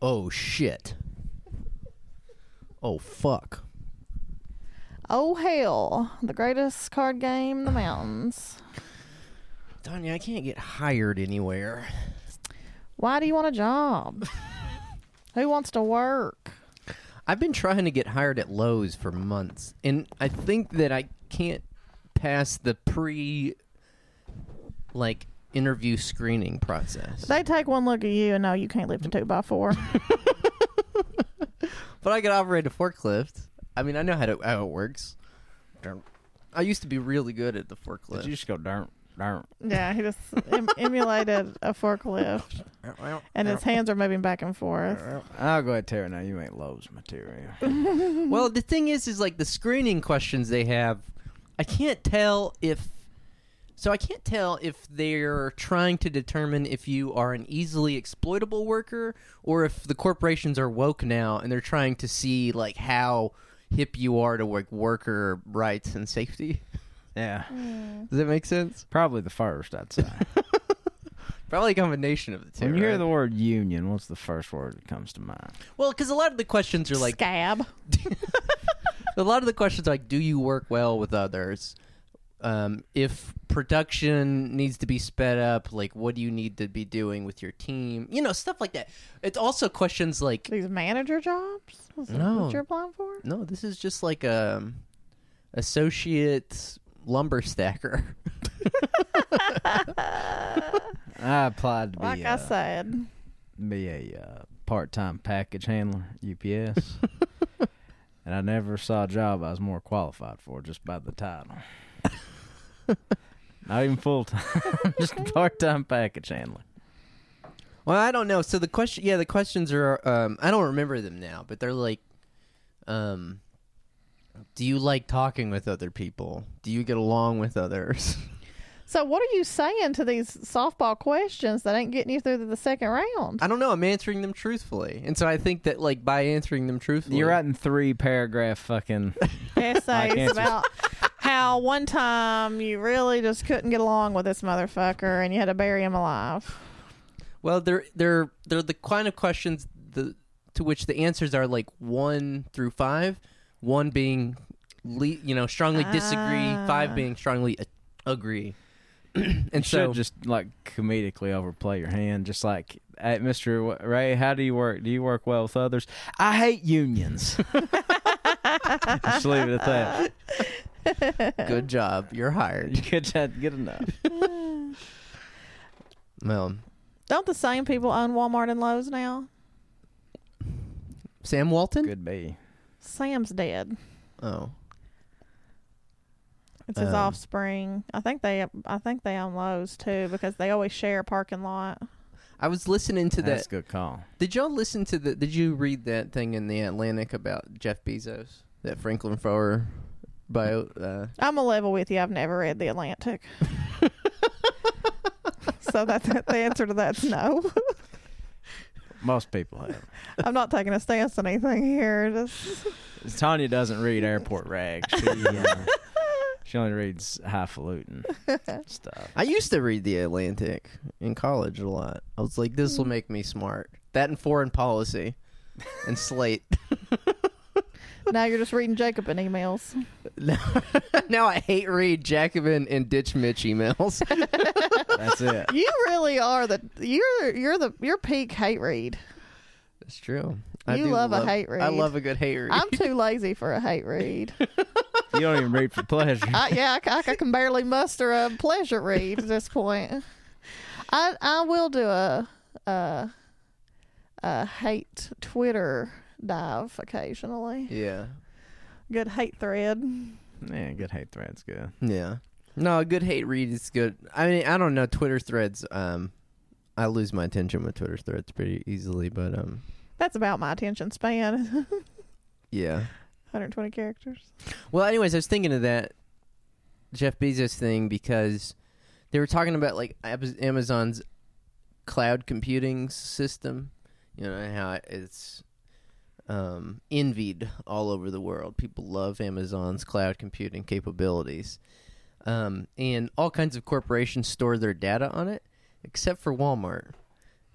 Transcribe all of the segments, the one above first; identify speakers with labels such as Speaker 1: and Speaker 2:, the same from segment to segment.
Speaker 1: oh shit. Oh fuck.
Speaker 2: Oh hell, the greatest card game in the mountains.
Speaker 1: Tanya, I can't get hired anywhere.
Speaker 2: Why do you want a job? Who wants to work?
Speaker 1: I've been trying to get hired at Lowe's for months, and I think that I can't pass the pre like interview screening process.
Speaker 2: They take one look at you and know you can't lift a two by four.
Speaker 1: But I could operate a forklift. I mean, I know how to how it works. I used to be really good at the forklift.
Speaker 3: Did you just go darn, darn?
Speaker 2: yeah, he just em- emulated a forklift, and his hands are moving back and forth.
Speaker 3: I'll go ahead, Terry. Now you ain't Lowe's material.
Speaker 1: Well, the thing is, is like the screening questions they have, I can't tell if. So I can't tell if they're trying to determine if you are an easily exploitable worker or if the corporations are woke now and they're trying to see like how hip you are to like worker rights and safety.
Speaker 3: yeah,
Speaker 1: Does that make sense?
Speaker 3: probably the first. I'd say.
Speaker 1: Probably a combination of the two.
Speaker 3: when you hear
Speaker 1: right?
Speaker 3: the word union, what's the first word that comes to mind?
Speaker 1: well, because a lot of the questions are like
Speaker 2: Scab.
Speaker 1: a lot of the questions are like do you work well with others um, if production needs to be sped up like what do you need to be doing with your team you know stuff like that it's also questions like
Speaker 2: These manager jobs. Is that
Speaker 1: No.
Speaker 2: what you're applying for?
Speaker 1: no this is just like a associate lumber stacker
Speaker 3: I applied to be
Speaker 2: Uh, Like
Speaker 3: a,
Speaker 2: I said,
Speaker 3: be a uh, part-time package handler, UPS, and I never saw a job I was more qualified for just by the title. Not even full time, just a part-time package handler.
Speaker 1: well i don't know so the question yeah the questions are um, i don't remember them now but they're like um, do you like talking with other people do you get along with others
Speaker 2: so what are you saying to these softball questions that ain't getting you through to the second round?
Speaker 1: I don't know. I'm answering them truthfully, and so I think that like by answering them truthfully,
Speaker 3: You're writing three paragraph fucking. Like
Speaker 2: essays
Speaker 3: answers.
Speaker 2: about how one time you really just couldn't get along with this motherfucker and you had to bury him alive.
Speaker 1: Well, they're they're they're the kind of questions the to which the answers are like one through five, one being le- you know strongly disagree, five being strongly a- agree, and
Speaker 3: Ah. should
Speaker 1: so
Speaker 3: just like comedically overplay your hand, just like hey, Mr. W- Ray. How do you work? Do you work well with others? I hate unions. just leave it at
Speaker 1: good job, you're hired.
Speaker 3: that. Good job. Good enough.
Speaker 1: Well,
Speaker 2: Don't the same people own Walmart and Lowe's now?
Speaker 1: Sam Walton.
Speaker 3: Could be.
Speaker 2: Sam's dead.
Speaker 1: Oh,
Speaker 2: It's his
Speaker 1: Um,
Speaker 2: offspring. I think they I think they own Lowe's too because they always share a parking lot.
Speaker 1: I was listening to
Speaker 3: That's
Speaker 1: that.
Speaker 3: a good call.
Speaker 1: Did y'all listen to the? Did you read that thing in the Atlantic about Jeff Bezos? That Franklin Foer bio. Uh,
Speaker 2: I'm a level with you. I've never read The Atlantic. so that, that the answer to that's no.
Speaker 3: Most people have.
Speaker 2: I'm not taking a stance on anything here. Just
Speaker 3: Tanya doesn't read airport rags. She, uh, she only reads highfalutin stuff.
Speaker 1: I used to read The Atlantic in college a lot. I was like,
Speaker 2: Hmm.
Speaker 1: this will make me smart. That and foreign policy and Slate.
Speaker 2: now you're just reading Jacobin emails.
Speaker 1: now I hate read Jacobin and Ditch Mitch emails.
Speaker 3: That's it.
Speaker 2: You really are the you're you're the your peak hate read.
Speaker 1: That's true.
Speaker 2: You love a hate read.
Speaker 1: I love a good hate read.
Speaker 2: I'm too lazy for a hate read.
Speaker 3: You don't even read for pleasure.
Speaker 2: I, yeah, I, c- I can barely muster a pleasure read at this point. I I will do a a, a hate Twitter dive occasionally.
Speaker 1: yeah.
Speaker 2: Good hate thread.
Speaker 3: Man, good hate thread's good.
Speaker 1: Yeah. No, a good hate read is good. I mean, I don't know. Twitter threads, um, I lose my attention with Twitter threads pretty easily, but um,
Speaker 2: That's about my attention span.
Speaker 1: yeah.
Speaker 2: 120 characters.
Speaker 1: Well, anyways, I was thinking of that Jeff Bezos thing because they were talking about like Ab- Amazon's cloud computing system, you know, and how it's um, envied all over the world. People love Amazon's cloud computing capabilities, um, and all kinds of corporations store their data on it, except for Walmart.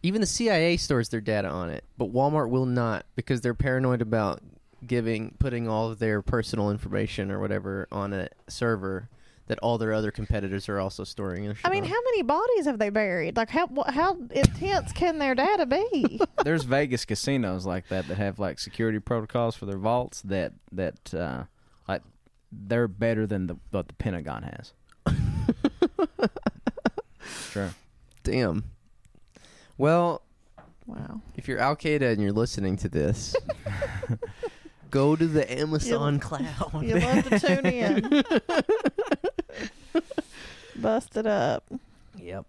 Speaker 1: Even the CIA stores their data on it, but Walmart will not because they're paranoid about giving putting all of their personal information or whatever on a server that all their other competitors are also storing. Their shit
Speaker 2: I mean,
Speaker 1: on.
Speaker 2: how many bodies have they buried? Like, how wh- how intense can their data be?
Speaker 3: There's Vegas casinos like that that have like security protocols for their vaults that that uh, like they're better than the what the Pentagon has. sure.
Speaker 1: damn. Well,
Speaker 2: wow.
Speaker 1: if you're Al Qaeda and you're listening to this, go to the Amazon cloud.
Speaker 2: You love to tune in. Busted up.
Speaker 1: Yep.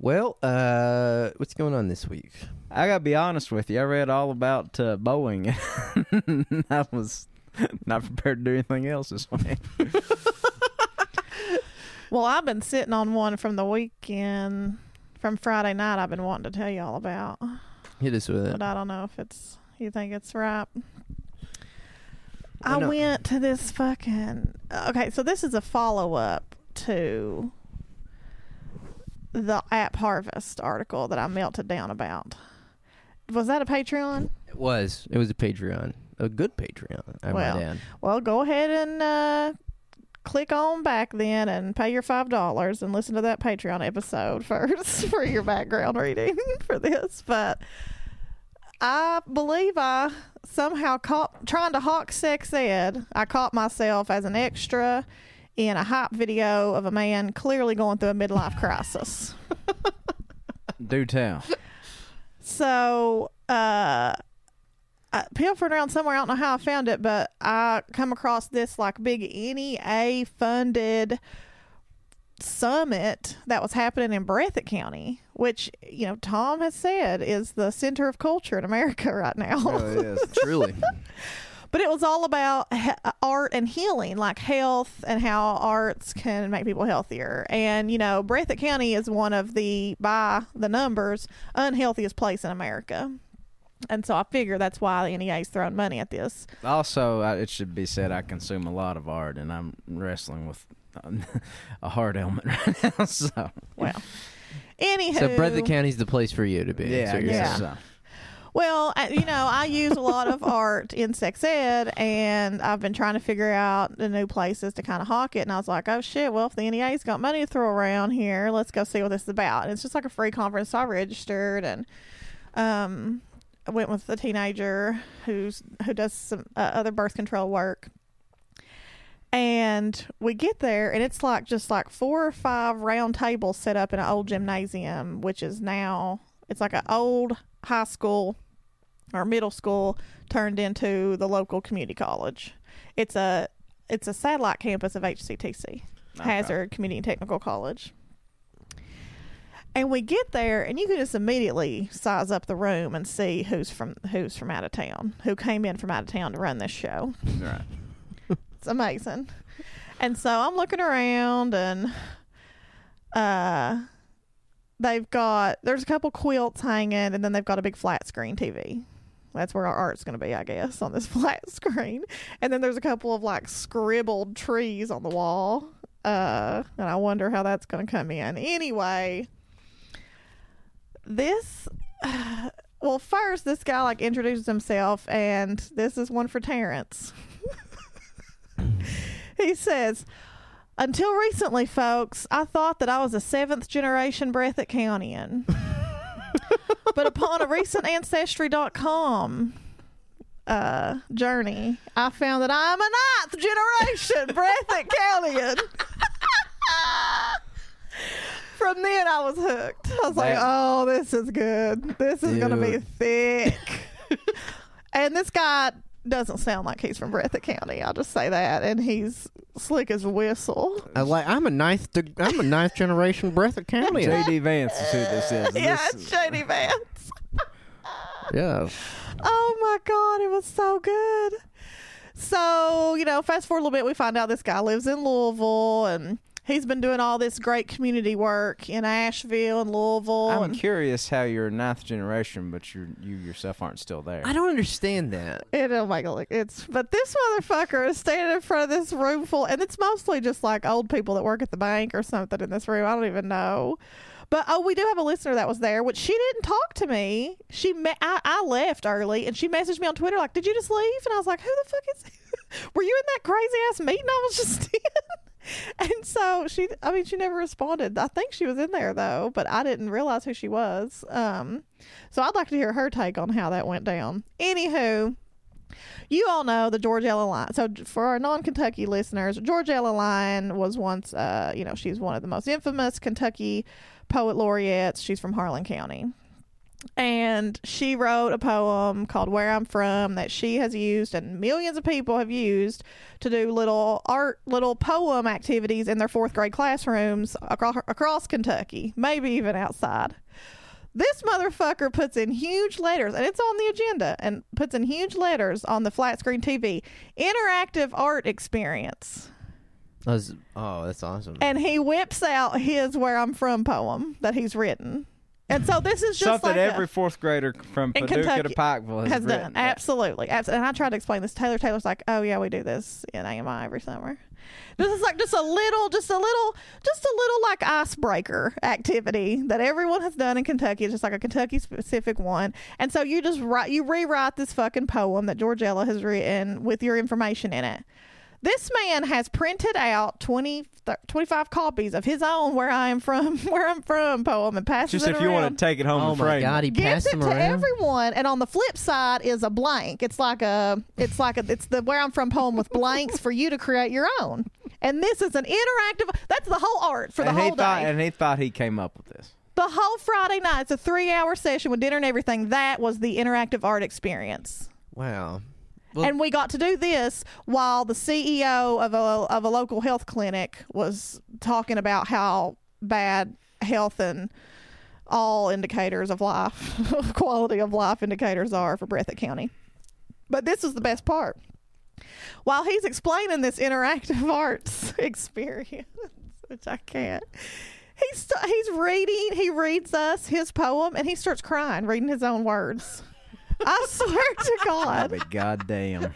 Speaker 1: Well, uh, what's going on this week?
Speaker 3: I gotta be honest with you. I read all about uh, Boeing. I was not prepared to do anything else this week.
Speaker 2: Well, I've been sitting on one from the weekend, from Friday night. I've been wanting to tell you all about,
Speaker 1: Hit us with it.
Speaker 2: but I don't know if it's. You think it's right?
Speaker 1: Why
Speaker 2: I
Speaker 1: not?
Speaker 2: went to this fucking. Okay, so this is a follow up to the app harvest article that I melted down about. Was that a Patreon?
Speaker 1: It was. It was a Patreon. A good Patreon, I
Speaker 2: Well,
Speaker 1: might add.
Speaker 2: Well, go ahead and uh, click on back then and pay your five dollars and listen to that Patreon episode first for your background reading for this. But I believe I somehow caught trying to hawk sex ed. I caught myself as an extra in a hype video of a man clearly going through a midlife crisis.
Speaker 3: Do tell.
Speaker 2: So, uh, I pilfered around somewhere. I don't know how I found it, but I come across this like big NEA funded summit that was happening in Breathitt County, which, you know, Tom has said is the center of culture in America right now.
Speaker 3: yes.
Speaker 1: Truly.
Speaker 2: but it was all about he- art and healing, like health and how arts can make people healthier. And you know, Breathitt County is one of the by the numbers unhealthiest place in America. And so I figure that's why the NEA's throwing money at this.
Speaker 3: Also, I, it should be said I consume a lot of art, and I'm wrestling with um, a heart ailment right now. So
Speaker 2: Well, anywho,
Speaker 1: so Breathitt County's the place for you to be.
Speaker 3: yeah,
Speaker 1: So
Speaker 3: I
Speaker 1: you're
Speaker 3: guess
Speaker 2: Yeah.
Speaker 1: saying.
Speaker 3: so.
Speaker 2: Well, I- you know, I use a lot of art in sex ed, and I've been trying to figure out the new places to kind of hawk it. And I was like, oh shit, well, if the NEA's got money to throw around here, let's go see what this is about. And it's just like a free conference. So I registered and um, I went with a teenager who's who does some uh, other birth control work. And we get there, and it's like just like four or five round tables set up in an old gymnasium, which is now it's like an old high school or middle school turned into the local community college. It's a it's a satellite campus of HCTC,
Speaker 3: Okay.
Speaker 2: Hazard Community and Technical College. And we get there, and you can just immediately size up the room and see who's from who's from out of town, who came in from out of town to run this show.
Speaker 3: Right.
Speaker 2: It's amazing. And so I'm looking around and uh they've got there's a couple quilts hanging and then they've got a big flat screen TV. That's where our art's going to be, I guess, on this flat screen. And then there's a couple of like scribbled trees on the wall. Uh and I wonder how that's going to come in. Anyway, this well, first this guy like introduces himself and this is one for Terrence he says, until recently, folks, I thought that I was a seventh generation Breathitt Countyan. but upon a recent Ancestry.com uh, journey, I found that I'm a ninth generation Breathitt Countyan. From then, I was hooked. I was like,
Speaker 3: That-
Speaker 2: oh, this is good. This is going to be
Speaker 3: Dude.
Speaker 2: thick. And this guy doesn't sound like he's from Breathitt County. I'll just say that. And he's slick as a whistle.
Speaker 1: I uh, like I'm a ninth de- I'm a ninth generation Breathitt County.
Speaker 3: JD Vance is who this is.
Speaker 2: yeah,
Speaker 3: This
Speaker 2: it's
Speaker 3: is-
Speaker 2: Shady Vance.
Speaker 1: yeah.
Speaker 2: Oh my God, it was so good. So, you know, fast forward a little bit, we find out this guy lives in Louisville and he's been doing all this great community work in Asheville and Louisville.
Speaker 3: I'm
Speaker 2: and
Speaker 3: curious how you're ninth generation, but you you yourself aren't still there.
Speaker 1: I don't understand that.
Speaker 2: It, oh my god, it's but this motherfucker is standing in front of this room full, and it's mostly just like old people that work at the bank or something in this room. I don't even know, But oh, we do have a listener that was there, which she didn't talk to me. She me- I, I left early, and she messaged me on Twitter like, "Did you just leave?" And I was like, "Who the fuck is? Were you in that crazy ass meeting I was just in?" and so she, I mean, she never responded. I think she was in there though, but I didn't realize who she was. Um, so I'd like to hear her take on how that went down. Anywho, you all know the Georgia Ella Line. So for our non-Kentucky listeners, Georgia Ella Line was once, uh, you know, she's one of the most infamous Kentucky poet laureates. She's from Harlan County. And she wrote a poem called Where I'm From that she has used and millions of people have used to do little art, little poem activities in their fourth grade classrooms across, across Kentucky, maybe even outside this motherfucker puts in huge letters and it's on the agenda and puts in huge letters on the flat screen TV interactive art experience
Speaker 1: That was- oh, that's awesome.
Speaker 2: and he whips out his where I'm from poem that he's written and so this is just
Speaker 3: Something
Speaker 2: like a-
Speaker 3: every fourth grader from
Speaker 2: In
Speaker 3: Paducah
Speaker 2: Kentucky
Speaker 3: to Pikeville has,
Speaker 2: has done
Speaker 3: written.
Speaker 2: absolutely Abs- and I tried to explain this Taylor Taylor's like oh yeah we do this in AMI every summer this is like just a little just a little just a little like icebreaker activity that everyone has done in Kentucky it's just like a Kentucky specific one and so you just write you rewrite this fucking poem that Georgella has written with your information in it this man has printed out 20, th- 25 copies of his own where I am from where I'm from poem and passes
Speaker 3: Just
Speaker 2: it
Speaker 3: if you
Speaker 2: around
Speaker 3: want to take it home
Speaker 1: oh
Speaker 3: and
Speaker 1: my
Speaker 3: frame
Speaker 1: god,
Speaker 3: it.
Speaker 1: he
Speaker 2: gives
Speaker 1: passed
Speaker 2: it
Speaker 1: him
Speaker 2: to
Speaker 1: around.
Speaker 2: everyone and on the flip side is a blank it's like a it's like a it's the where i'm from poem with blanks for you to create your own and this is an interactive that's the whole art for the
Speaker 3: and
Speaker 2: whole
Speaker 3: he thought,
Speaker 2: day
Speaker 3: and he thought he came up with this.
Speaker 2: the whole friday night it's a three hour session with dinner and everything that was the interactive art experience
Speaker 1: wow. Well-
Speaker 2: and we got to do this while the CEO of a of a local health clinic was talking about how bad health and all indicators of life, quality of life indicators are for Breathitt County. But this was the best part. While he's explaining this interactive arts experience, which I can't, he's he's reading. He reads us his poem, and he starts crying, reading his own words. I swear to God,
Speaker 3: But goddamn.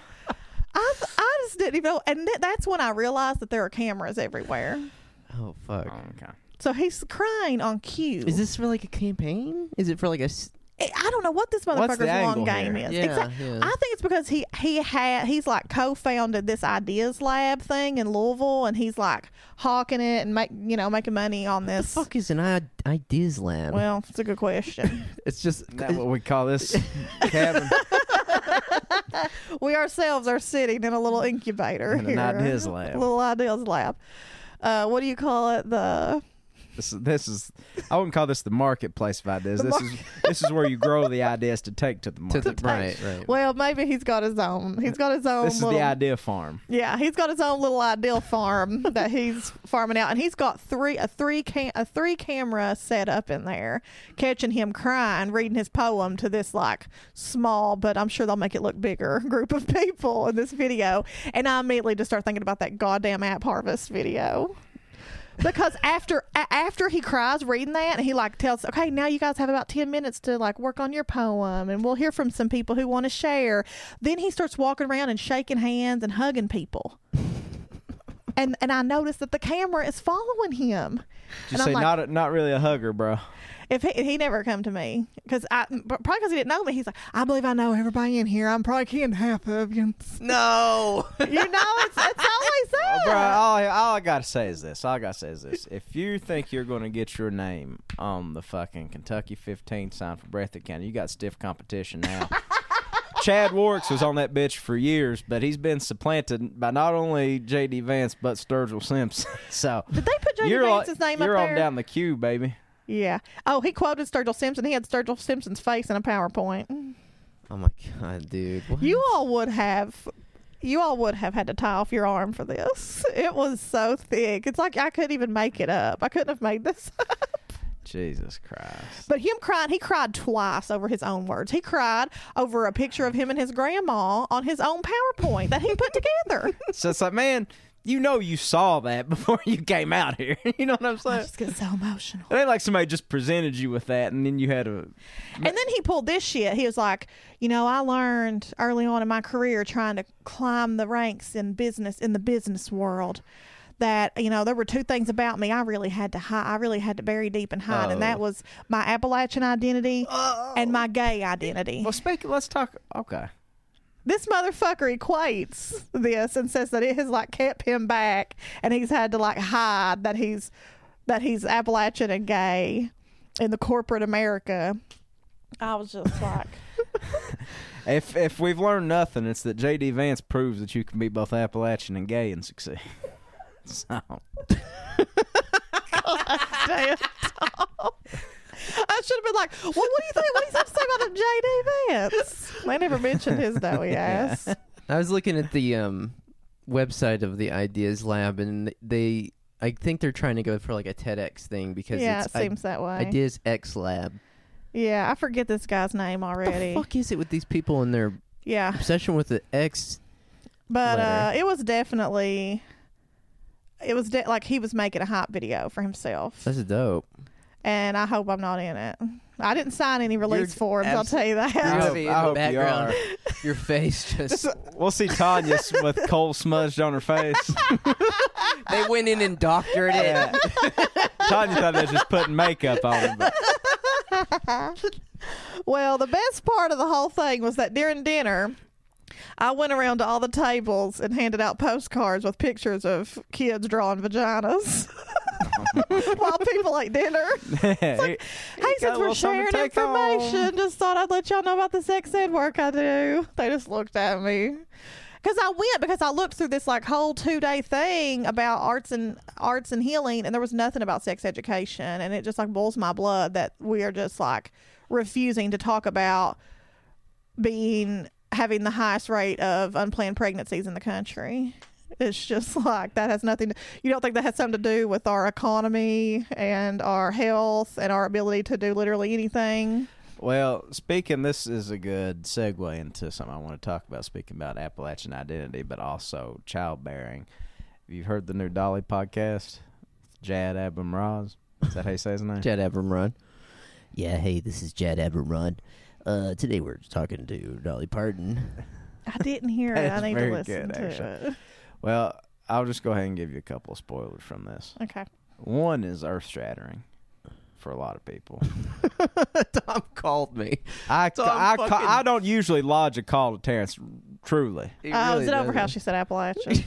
Speaker 2: I, th- I just didn't even know. And th- that's when I realized that there are cameras everywhere.
Speaker 1: Oh fuck.
Speaker 3: okay.
Speaker 2: So he's crying on cue.
Speaker 1: Is this for like a campaign? Is it for like a? s-
Speaker 2: I I don't know what this
Speaker 3: What's the
Speaker 2: motherfucker's long
Speaker 3: angle
Speaker 2: game
Speaker 3: here?
Speaker 2: is.
Speaker 1: Yeah,
Speaker 2: Exact-
Speaker 1: yeah.
Speaker 2: I think it's because he he had he's like co-founded this ideas lab thing in Louisville, and he's like hawking it and make you know making money on
Speaker 1: The
Speaker 2: this.
Speaker 1: fuck is an i- ideas lab?
Speaker 2: Well, it's a good question.
Speaker 1: it's just
Speaker 3: Isn't that what we call this cabin?
Speaker 2: we ourselves are sitting in a little incubator
Speaker 3: In an
Speaker 2: here.
Speaker 3: ideas lab.
Speaker 2: A little ideas lab. Uh, what do you call it? The
Speaker 3: This, is- this is I wouldn't call this the marketplace of ideas.
Speaker 2: The
Speaker 3: this is this is where you grow the ideas to take to the
Speaker 1: to
Speaker 3: market.
Speaker 1: the, right, right.
Speaker 2: well, maybe he's got his own. He's got his own.
Speaker 3: this is
Speaker 2: little,
Speaker 3: the idea farm.
Speaker 2: Yeah, he's got his own little ideal farm that he's farming out, and he's got three a three cam a three camera set up in there, catching him crying, reading his poem to this like small, but I'm sure they'll make it look bigger group of people in this video. And I immediately just start thinking about that goddamn app harvest video. because after a- after he cries reading that and he like tells okay now you guys have about 10 minutes to like work on your poem and we'll hear from some people who want to share then he starts walking around and shaking hands and hugging people and and i noticed that the camera is following him
Speaker 3: You
Speaker 2: And I'm
Speaker 3: say
Speaker 2: like-
Speaker 3: not a, not really a hugger, bro.
Speaker 2: if he, he never come to me because i probably because he didn't know me he's like i believe i know everybody in here i'm probably kin to half of you
Speaker 1: no.
Speaker 2: you know it's, it's always that
Speaker 3: Bro, all, I- all I gotta say is this. All I gotta say is this. If you think you're gonna get your name on the fucking Kentucky 15 sign for Breathitt County, you got stiff competition now. Chad Warks was on that bitch for years, but he's been supplanted by not only J.D. Vance but Sturgill Simpson. So
Speaker 2: did they put Jody
Speaker 3: you're on-
Speaker 2: Vance's name
Speaker 3: you're
Speaker 2: up
Speaker 3: on
Speaker 2: there?
Speaker 3: down the queue, baby.
Speaker 2: Yeah. Oh, he quoted Sturgill Simpson. He had Sturgill Simpson's face in a PowerPoint.
Speaker 1: Oh my god, dude. What?
Speaker 2: You all would have you all would have had to tie off your arm for this. It was so thick. It's like I couldn't even make it up. I couldn't have made this up.
Speaker 3: Jesus Christ.
Speaker 2: But him crying, he cried twice over his own words. He cried over a picture of him and his grandma on his own PowerPoint that he put together.
Speaker 3: So it's like, man, you know you saw that before you came out here. you know what I'm
Speaker 2: I
Speaker 3: saying?
Speaker 2: just get so emotional.
Speaker 3: It ain't like somebody just presented you with that and then you had a
Speaker 2: And then he pulled this shit. He was like, you know, I learned early on in my career trying to climb the ranks in business in the business world that you know there were two things about me I really had to hide. I really had to bury deep and hide, and that
Speaker 1: Oh.
Speaker 2: was my Appalachian identity and my gay identity.
Speaker 3: Well, speak. Let's talk. Okay.
Speaker 2: This motherfucker equates this and says that it has like kept him back, and he's had to like hide that he's that he's Appalachian and gay in the corporate America. I was just like,
Speaker 3: If if we've learned nothing, it's that JD Vance proves that you can be both Appalachian and gay and succeed. So
Speaker 2: damn. I should have been like, well, what do you think? What do you have to say about the JD Vance? They never mentioned his doughy ass.
Speaker 1: I was looking at the um, website of the Ideas Lab, and they, I think they're trying to go for like a TEDx thing because
Speaker 2: Yeah, it
Speaker 1: it's I-
Speaker 2: seems that way.
Speaker 1: Ideas X Lab.
Speaker 2: Yeah, I forget this guy's name already.
Speaker 1: The fuck is it with these people and their
Speaker 2: Yeah,
Speaker 1: obsession with the X?
Speaker 2: but uh,
Speaker 1: Letter.
Speaker 2: it was definitely, it was de- like he was making a hype video for himself,
Speaker 1: That's dope.
Speaker 2: and I hope I'm not in it. I didn't sign any release
Speaker 1: You're
Speaker 2: forms. I'll
Speaker 1: abs-
Speaker 2: tell you
Speaker 1: You're
Speaker 2: that.
Speaker 1: gonna
Speaker 3: hope-
Speaker 1: be in
Speaker 3: I
Speaker 1: the
Speaker 3: hope you
Speaker 1: background. Your face just.
Speaker 3: we'll see Tanya s- with coal smudged on her face.
Speaker 1: they went in and doctored it.
Speaker 3: Yeah. Tanya thought they was just putting makeup on. Her, but
Speaker 2: Well, the best part of the whole thing was that during dinner, I went around to all the tables and handed out postcards with pictures of kids drawing vaginas while people ate dinner.
Speaker 3: hey,
Speaker 2: Hey, since we're sharing information, just thought I'd let y'all know about this sex ed work I do. They just looked at me. Because I went because I looked through this like whole two day thing about arts and arts and healing, and there was nothing about sex education, and it just like boils my blood that we are just like refusing to talk about being having the highest rate of unplanned pregnancies in the country. It's just like that has nothing. To, you don't think that has something to do with our economy and our health and our ability to do literally anything?
Speaker 3: Well, speaking, this is a good segue into something I want to talk about. Speaking about Appalachian identity, but also childbearing. Have you heard the new Dolly podcast? Jad Abumraz. Is that how you say his name?
Speaker 1: Jed Abumrad. Yeah, hey, this is Jed Abumrad. Uh, today we're talking to Dolly Parton.
Speaker 2: I didn't hear it. I
Speaker 3: That's
Speaker 2: need to
Speaker 3: very
Speaker 2: listen
Speaker 3: good,
Speaker 2: to
Speaker 3: actually.
Speaker 2: it.
Speaker 3: Well, I'll just go ahead and give you a couple of spoilers from this.
Speaker 2: Okay.
Speaker 3: One is earth shattering for a lot of people.
Speaker 1: Tom called me.
Speaker 3: I,
Speaker 1: So I'm
Speaker 3: I,
Speaker 1: fucking-
Speaker 3: I don't usually lodge a call to Terrence, truly.
Speaker 1: He
Speaker 2: Uh, was
Speaker 1: really
Speaker 2: it over
Speaker 1: doesn't.
Speaker 2: how she said Appalachian?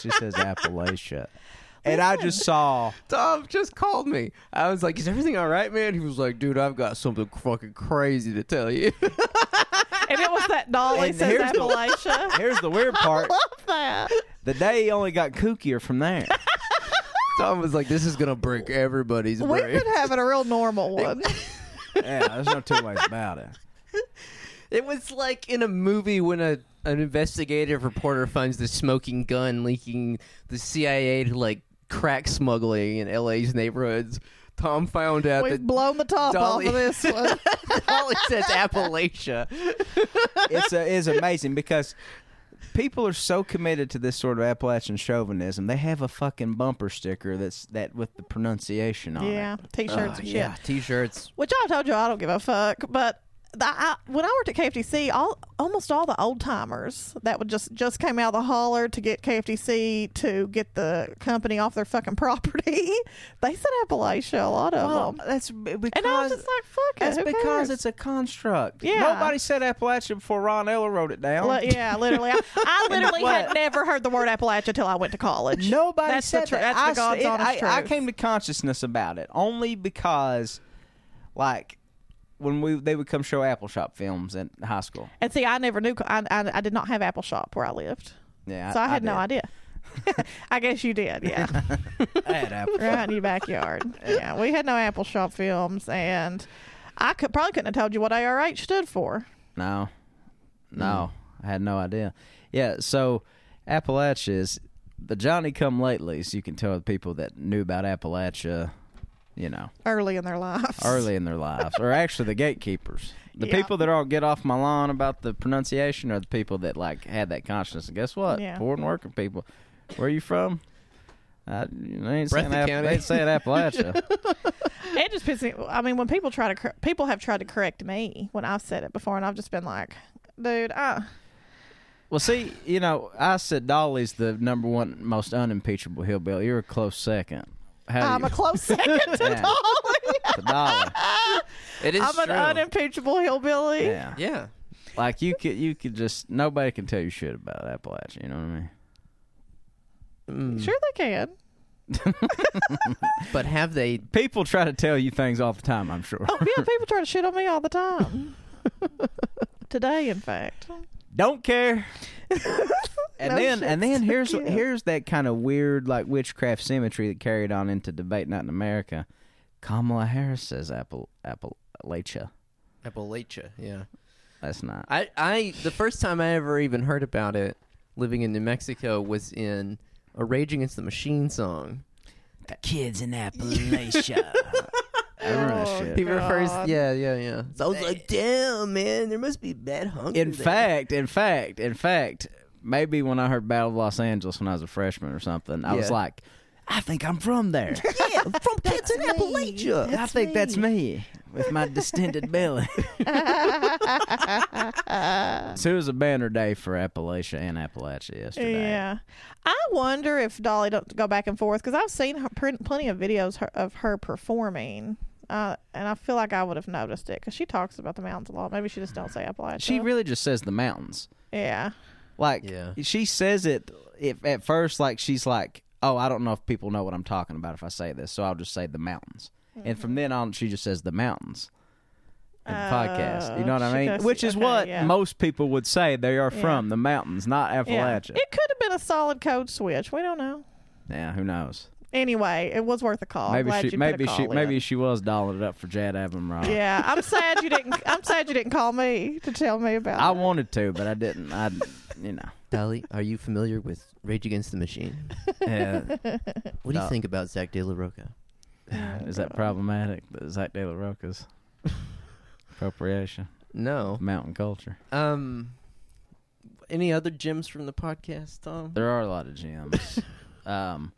Speaker 3: She says Appalachia. And I just saw
Speaker 1: Tom just called me. I was like, "Is everything all right, man?" He was like, "Dude, I've got something fucking crazy to tell you."
Speaker 2: if it was that Dolly
Speaker 3: And
Speaker 2: says
Speaker 3: here's the-
Speaker 2: Appalachia,
Speaker 3: here's the weird part
Speaker 2: love that.
Speaker 3: the day only got kookier from there.
Speaker 1: Tom was like, "This is gonna break everybody's
Speaker 2: We've
Speaker 1: brain."
Speaker 2: been having a real normal one.
Speaker 3: Yeah, there's no two ways about it.
Speaker 1: It was like in a movie when a an investigative reporter finds the smoking gun leaking the CIA to like crack smuggling in LA's neighborhoods. Tom found out
Speaker 2: We've
Speaker 1: that
Speaker 2: blown the top
Speaker 1: Dolly-
Speaker 2: off of this one.
Speaker 1: all it says Appalachia.
Speaker 3: It's, a, it's amazing because people are so committed to this sort of Appalachian chauvinism. They have a fucking bumper sticker that's that with the pronunciation on
Speaker 2: yeah,
Speaker 3: it.
Speaker 2: t-shirts
Speaker 1: Oh,
Speaker 2: and shit.
Speaker 1: yeah, t-shirts.
Speaker 2: Which I told you I don't give a fuck, but the, I, when I worked at KFTC, all almost all the old timers that would just just came out of the holler to get KFTC to get the company off their fucking property. they said Appalachia, a lot of
Speaker 3: Well,
Speaker 2: them,
Speaker 3: that's b- because
Speaker 2: Oh. and I was just like, fuck it.
Speaker 3: that's
Speaker 2: who
Speaker 3: because
Speaker 2: cares?
Speaker 3: it's a construct.
Speaker 2: Yeah.
Speaker 3: Nobody said Appalachian before Ron Eller wrote it down.
Speaker 2: Li- yeah, literally. I, I literally had
Speaker 3: What?
Speaker 2: never heard the word Appalachia till I went to college.
Speaker 3: Nobody
Speaker 2: that's
Speaker 3: said
Speaker 2: the tr-
Speaker 3: that.
Speaker 2: That's the
Speaker 3: I,
Speaker 2: God's
Speaker 3: it-
Speaker 2: honest
Speaker 3: I,
Speaker 2: truth.
Speaker 3: I came to consciousness about it only because, like, when we they would come show Apple Shop films in high school.
Speaker 2: and see, I never knew. I, I, I did not have Apple Shop where I lived,
Speaker 3: Yeah,
Speaker 2: so I, had no
Speaker 3: did.
Speaker 2: idea. I guess you did, yeah.
Speaker 3: I had Apple. Shop.
Speaker 2: right in your backyard. Yeah, we had no Apple Shop films, and I could probably couldn't have told you what ARH stood for.
Speaker 3: No, no,
Speaker 2: Mm.
Speaker 3: I had no idea. Yeah, so Appalachia is the Johnny Come Latelys. You can tell the people that knew about Appalachia, you know,
Speaker 2: Early in their lives,
Speaker 3: early in their lives, are actually the gatekeepers. The
Speaker 2: Yeah.
Speaker 3: people that all get off my lawn about the pronunciation are the people that like had that consciousness. And guess what?
Speaker 2: Yeah.
Speaker 3: Poor and working people. Where are you from? I, they ain't saying
Speaker 1: Breathitt
Speaker 3: App-
Speaker 1: County.
Speaker 3: they ain't saying Appalachia.
Speaker 2: It just pisses me. I mean, when people try to cor- people have tried to correct me when I've said it before, and I've just been like, "Dude, I
Speaker 3: Well, see, you know, I said Dolly's the number one most unimpeachable hillbilly. You're a close second. How do
Speaker 2: I'm
Speaker 3: you-
Speaker 2: a close second to
Speaker 3: Yeah.
Speaker 2: Dolly.
Speaker 3: to Dolly.
Speaker 1: It is
Speaker 2: I'm an
Speaker 1: true.
Speaker 2: unimpeachable hillbilly.
Speaker 3: Yeah.
Speaker 1: yeah.
Speaker 3: Like you could, you could just nobody can tell you shit about Appalachia. You know what I mean?
Speaker 1: Mm.
Speaker 2: Sure, they can.
Speaker 1: But have they?
Speaker 3: People try to tell you things all the time. I'm sure.
Speaker 2: Oh yeah, people try to shit on me all the time. Today, in fact.
Speaker 3: Don't care. And
Speaker 2: No
Speaker 3: then,
Speaker 2: shit,
Speaker 3: and then here's
Speaker 2: yeah.
Speaker 3: here's that kind of weird like witchcraft symmetry that carried on into debate night in America. Kamala Harris says Apple Appalachia.
Speaker 1: Appalachia. Yeah.
Speaker 3: That's not.
Speaker 1: I, I the first time I ever even heard about it living in New Mexico was in a Rage Against the Machine song.
Speaker 3: The kids in Appalachia. I remember that
Speaker 2: Oh,
Speaker 3: shit.
Speaker 1: He refers
Speaker 2: God.
Speaker 1: yeah, yeah, yeah. So I was like, damn man, there must be bad hunger.
Speaker 3: In
Speaker 1: there."
Speaker 3: fact, in fact, in fact, maybe when I heard Battle of Los Angeles when I was a freshman or something, I was
Speaker 1: Yeah.
Speaker 3: like, I think I'm from there.
Speaker 1: Yeah, from kids in Appalachia.
Speaker 3: I think that's me with my distended belly. so it was a banner day for Appalachia and Appalachia yesterday.
Speaker 2: Yeah, I wonder if Dolly don't go back and forth because I've seen her, pr- plenty of videos her, of her performing, uh, and I feel like I would have noticed it because she talks about the mountains a lot. Maybe she just don't say Appalachia.
Speaker 3: She really just says the mountains.
Speaker 2: yeah,
Speaker 3: Like
Speaker 1: Yeah.
Speaker 3: she says it if at first like she's like, "Oh, I don't know if people know what I'm talking about if I say this, so I'll just say the mountains." And from then on she just says the mountains. In the podcast, you know what
Speaker 2: Oh, she
Speaker 3: I mean?
Speaker 2: does-
Speaker 3: Which is
Speaker 2: okay,
Speaker 3: what
Speaker 2: yeah.
Speaker 3: most people would say they are from the mountains, not
Speaker 2: yeah.
Speaker 3: Appalachia.
Speaker 2: It could have been a solid code switch. We don't know.
Speaker 3: Yeah, who knows?
Speaker 2: Anyway, it was worth a call. I'm
Speaker 3: Maybe
Speaker 2: glad you
Speaker 3: she,
Speaker 2: put a
Speaker 3: maybe
Speaker 2: call
Speaker 3: she,
Speaker 2: in.
Speaker 3: maybe she was dolling it up for Jad Abumrad.
Speaker 2: Yeah, I'm sad you didn't. I'm sad you didn't call me to tell me about.
Speaker 3: I
Speaker 2: it.
Speaker 3: wanted to, but I didn't. I, you know,
Speaker 1: Dolly, are you familiar with Rage Against the Machine?
Speaker 3: yeah.
Speaker 1: What do
Speaker 3: No.
Speaker 1: you think about Zach De La Roca?
Speaker 3: is that problematic? that Zach De La Roca's appropriation,
Speaker 1: No.
Speaker 3: of mountain culture.
Speaker 1: Um any other gems from the podcast, Tom?
Speaker 3: There are a lot of gems. um,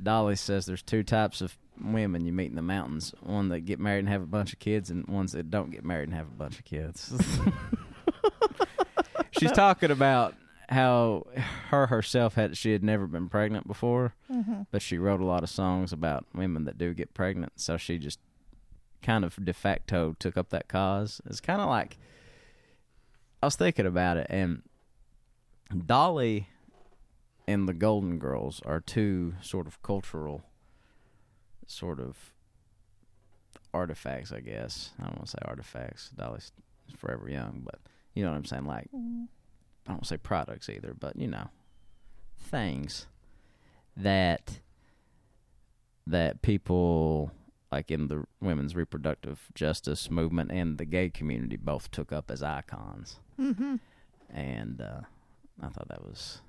Speaker 3: Dolly says there's two types of women you meet in the mountains: one that get married and have a bunch of kids, and ones that don't get married and have a bunch of kids. She's talking about how her herself had she had never been pregnant before,
Speaker 2: Mm-hmm.
Speaker 3: but she wrote a lot of songs about women that do get pregnant, so she just kind of de facto took up that cause. It's kind of like I was thinking about it, and Dolly and the Golden Girls are two sort of cultural, sort of artifacts, I guess. I don't want to say artifacts. Dolly's forever young, but you know what I'm saying? Like, I don't want to say products either, but you know, things that that people like in the women's reproductive justice movement and the gay community both took up as icons. Mm-hmm. And uh, I thought that was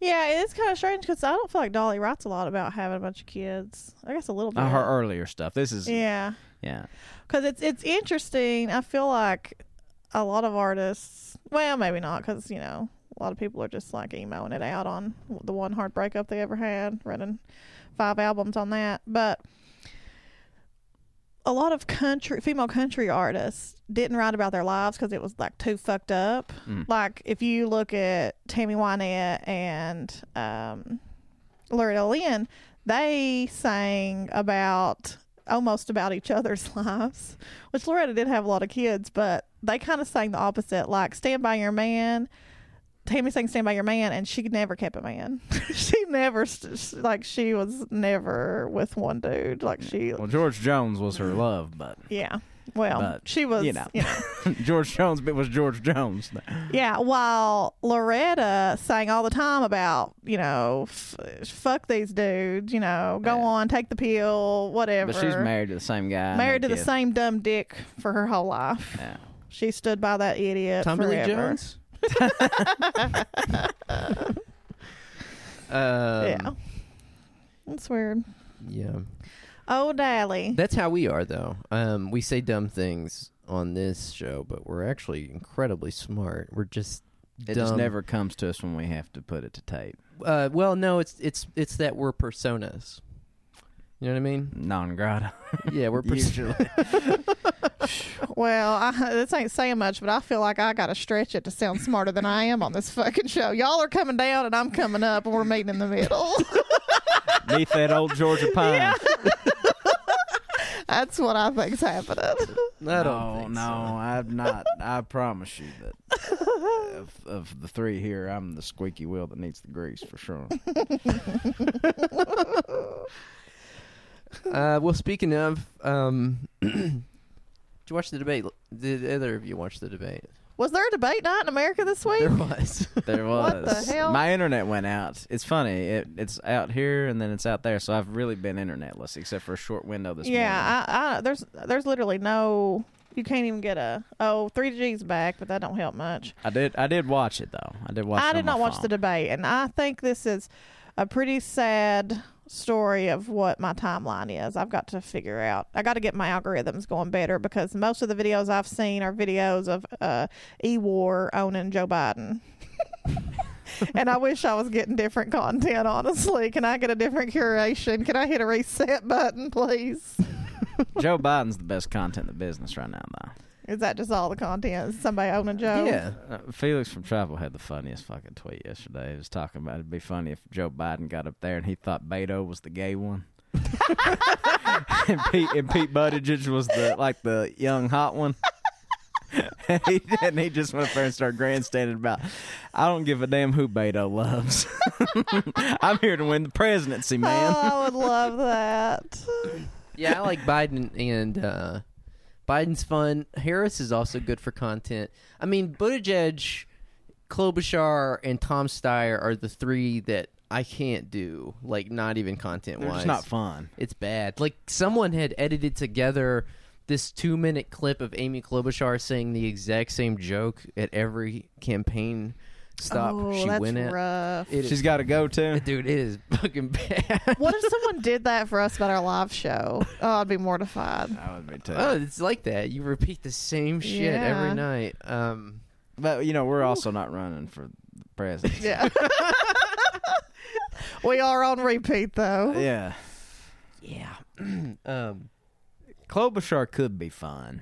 Speaker 2: Yeah, it's kind of strange because I don't feel like Dolly writes a lot about having a bunch of kids. I guess a little bit.
Speaker 3: Uh, her earlier stuff. This is yeah.
Speaker 2: yeah, because it's it's interesting. I feel like a lot of artists. Well, maybe not because you know a lot of people are just like emoing it out on the one hard breakup they ever had, running five albums on that. But a lot of country female country artists didn't write about their lives because it was like too fucked up.
Speaker 3: Mm.
Speaker 2: Like if you look at Tammy Wynette and um, Loretta Lynn, they sang about almost about each other's lives. Which Loretta did have a lot of kids, but they kind of sang the opposite. Like "Stand by Your Man." Tammy sang "Stand by Your Man," and she never kept a man. she never st- sh- like she was never with one dude. Like she
Speaker 3: Well, George Jones was her love, but
Speaker 2: yeah. Well,
Speaker 3: But,
Speaker 2: she was,
Speaker 3: you know. George Jones bit was George Jones.
Speaker 2: yeah. While Loretta sang all the time about, you know, f- fuck these dudes, you know, go
Speaker 3: Yeah.
Speaker 2: on, take the pill, whatever.
Speaker 3: But she's married to the same guy. and
Speaker 2: Married to
Speaker 3: had
Speaker 2: the
Speaker 3: kids.
Speaker 2: same dumb dick for her whole life.
Speaker 3: Yeah.
Speaker 2: She stood by that idiot
Speaker 1: Tommy Lee
Speaker 2: forever.
Speaker 1: Jones? um,
Speaker 2: yeah, that's weird.
Speaker 1: Yeah.
Speaker 2: Oh, Dally.
Speaker 1: That's how we are, though. Um, we say dumb things on this show, but we're actually incredibly smart. We're just
Speaker 3: It just
Speaker 1: dumb.
Speaker 3: never comes to us when we have to put it to tape.
Speaker 1: Uh, well, no, it's it's it's that we're personas. You know what I mean?
Speaker 3: Non grata.
Speaker 1: Yeah, we're
Speaker 3: Usually.
Speaker 2: Well, I, this ain't saying much, but I feel like I got to stretch it to sound smarter than I am on this fucking show. Y'all are coming down and I'm coming up and we're meeting in the middle.
Speaker 3: Neath that old Georgia pine.
Speaker 2: That's what I think's happening.
Speaker 1: I don't
Speaker 3: no,
Speaker 1: think
Speaker 3: no,
Speaker 1: so.
Speaker 3: I'm not. I promise you that of, of the three here, I'm the squeaky wheel that needs the grease for sure.
Speaker 1: Uh, well, speaking of, um, did you watch the debate? Did either of you watch the debate?
Speaker 2: Was there a debate night in America this week?
Speaker 1: There was.
Speaker 3: There
Speaker 2: What
Speaker 3: was.
Speaker 2: the hell?
Speaker 3: My internet went out. It's funny. It, it's out here and then it's out there. So I've really been internetless, except for a short window this morning.
Speaker 2: yeah, I, I, there's there's literally no. You can't even get a. Oh, 3G's back, but that don't help much.
Speaker 3: I did. I did watch it though. I did watch. it
Speaker 2: I
Speaker 3: on
Speaker 2: did
Speaker 3: my
Speaker 2: not watch the
Speaker 3: phone.
Speaker 2: debate, and I think this is a pretty sad story of what my timeline is. I've got to figure out. I got to get my algorithms going better because most of the videos I've seen are videos of uh, E-War owning Joe Biden. and I wish I was getting different content, honestly. Can I get a different curation? Can I hit a reset button, please?
Speaker 3: Joe Biden's the best content in the business right now, though.
Speaker 2: Is that just all the content? Is Somebody owning
Speaker 1: Oh.
Speaker 2: Joe?
Speaker 3: Uh, Felix from Travel had the funniest fucking tweet yesterday. He was talking about it'd be funny if Joe Biden got up there and he thought Beto was the gay one. and Pete and Pete Buttigieg was the like the young hot one. and, he, and he just went up there and started grandstanding about I don't give a damn who Beto loves. I'm here to win the presidency, man.
Speaker 2: Oh, I would love that.
Speaker 1: yeah, I like Biden and uh, Biden's fun. Harris is also good for content. I mean, Buttigieg, Klobuchar, and Tom Steyer are the three that I can't do. Like, not even content
Speaker 3: They're
Speaker 1: wise.
Speaker 3: just not fun.
Speaker 1: It's bad. Like someone had edited together this two minute clip of Amy Klobuchar saying the exact same joke at every campaign stop
Speaker 2: oh,
Speaker 1: she
Speaker 2: that's
Speaker 1: went at.
Speaker 2: rough.
Speaker 1: It
Speaker 3: She's
Speaker 1: is-
Speaker 3: got to go to.
Speaker 1: dude, it is fucking bad.
Speaker 2: What if someone did that for us about our live show? Oh, I'd be mortified.
Speaker 3: I would be too.
Speaker 1: Oh, it's like that. You repeat the same shit
Speaker 2: Yeah.
Speaker 1: every night. Um,
Speaker 3: But you know, we're also not running for the president.
Speaker 2: Yeah. we are on repeat though.
Speaker 3: yeah.
Speaker 1: yeah. um,
Speaker 3: Klobuchar could be fun,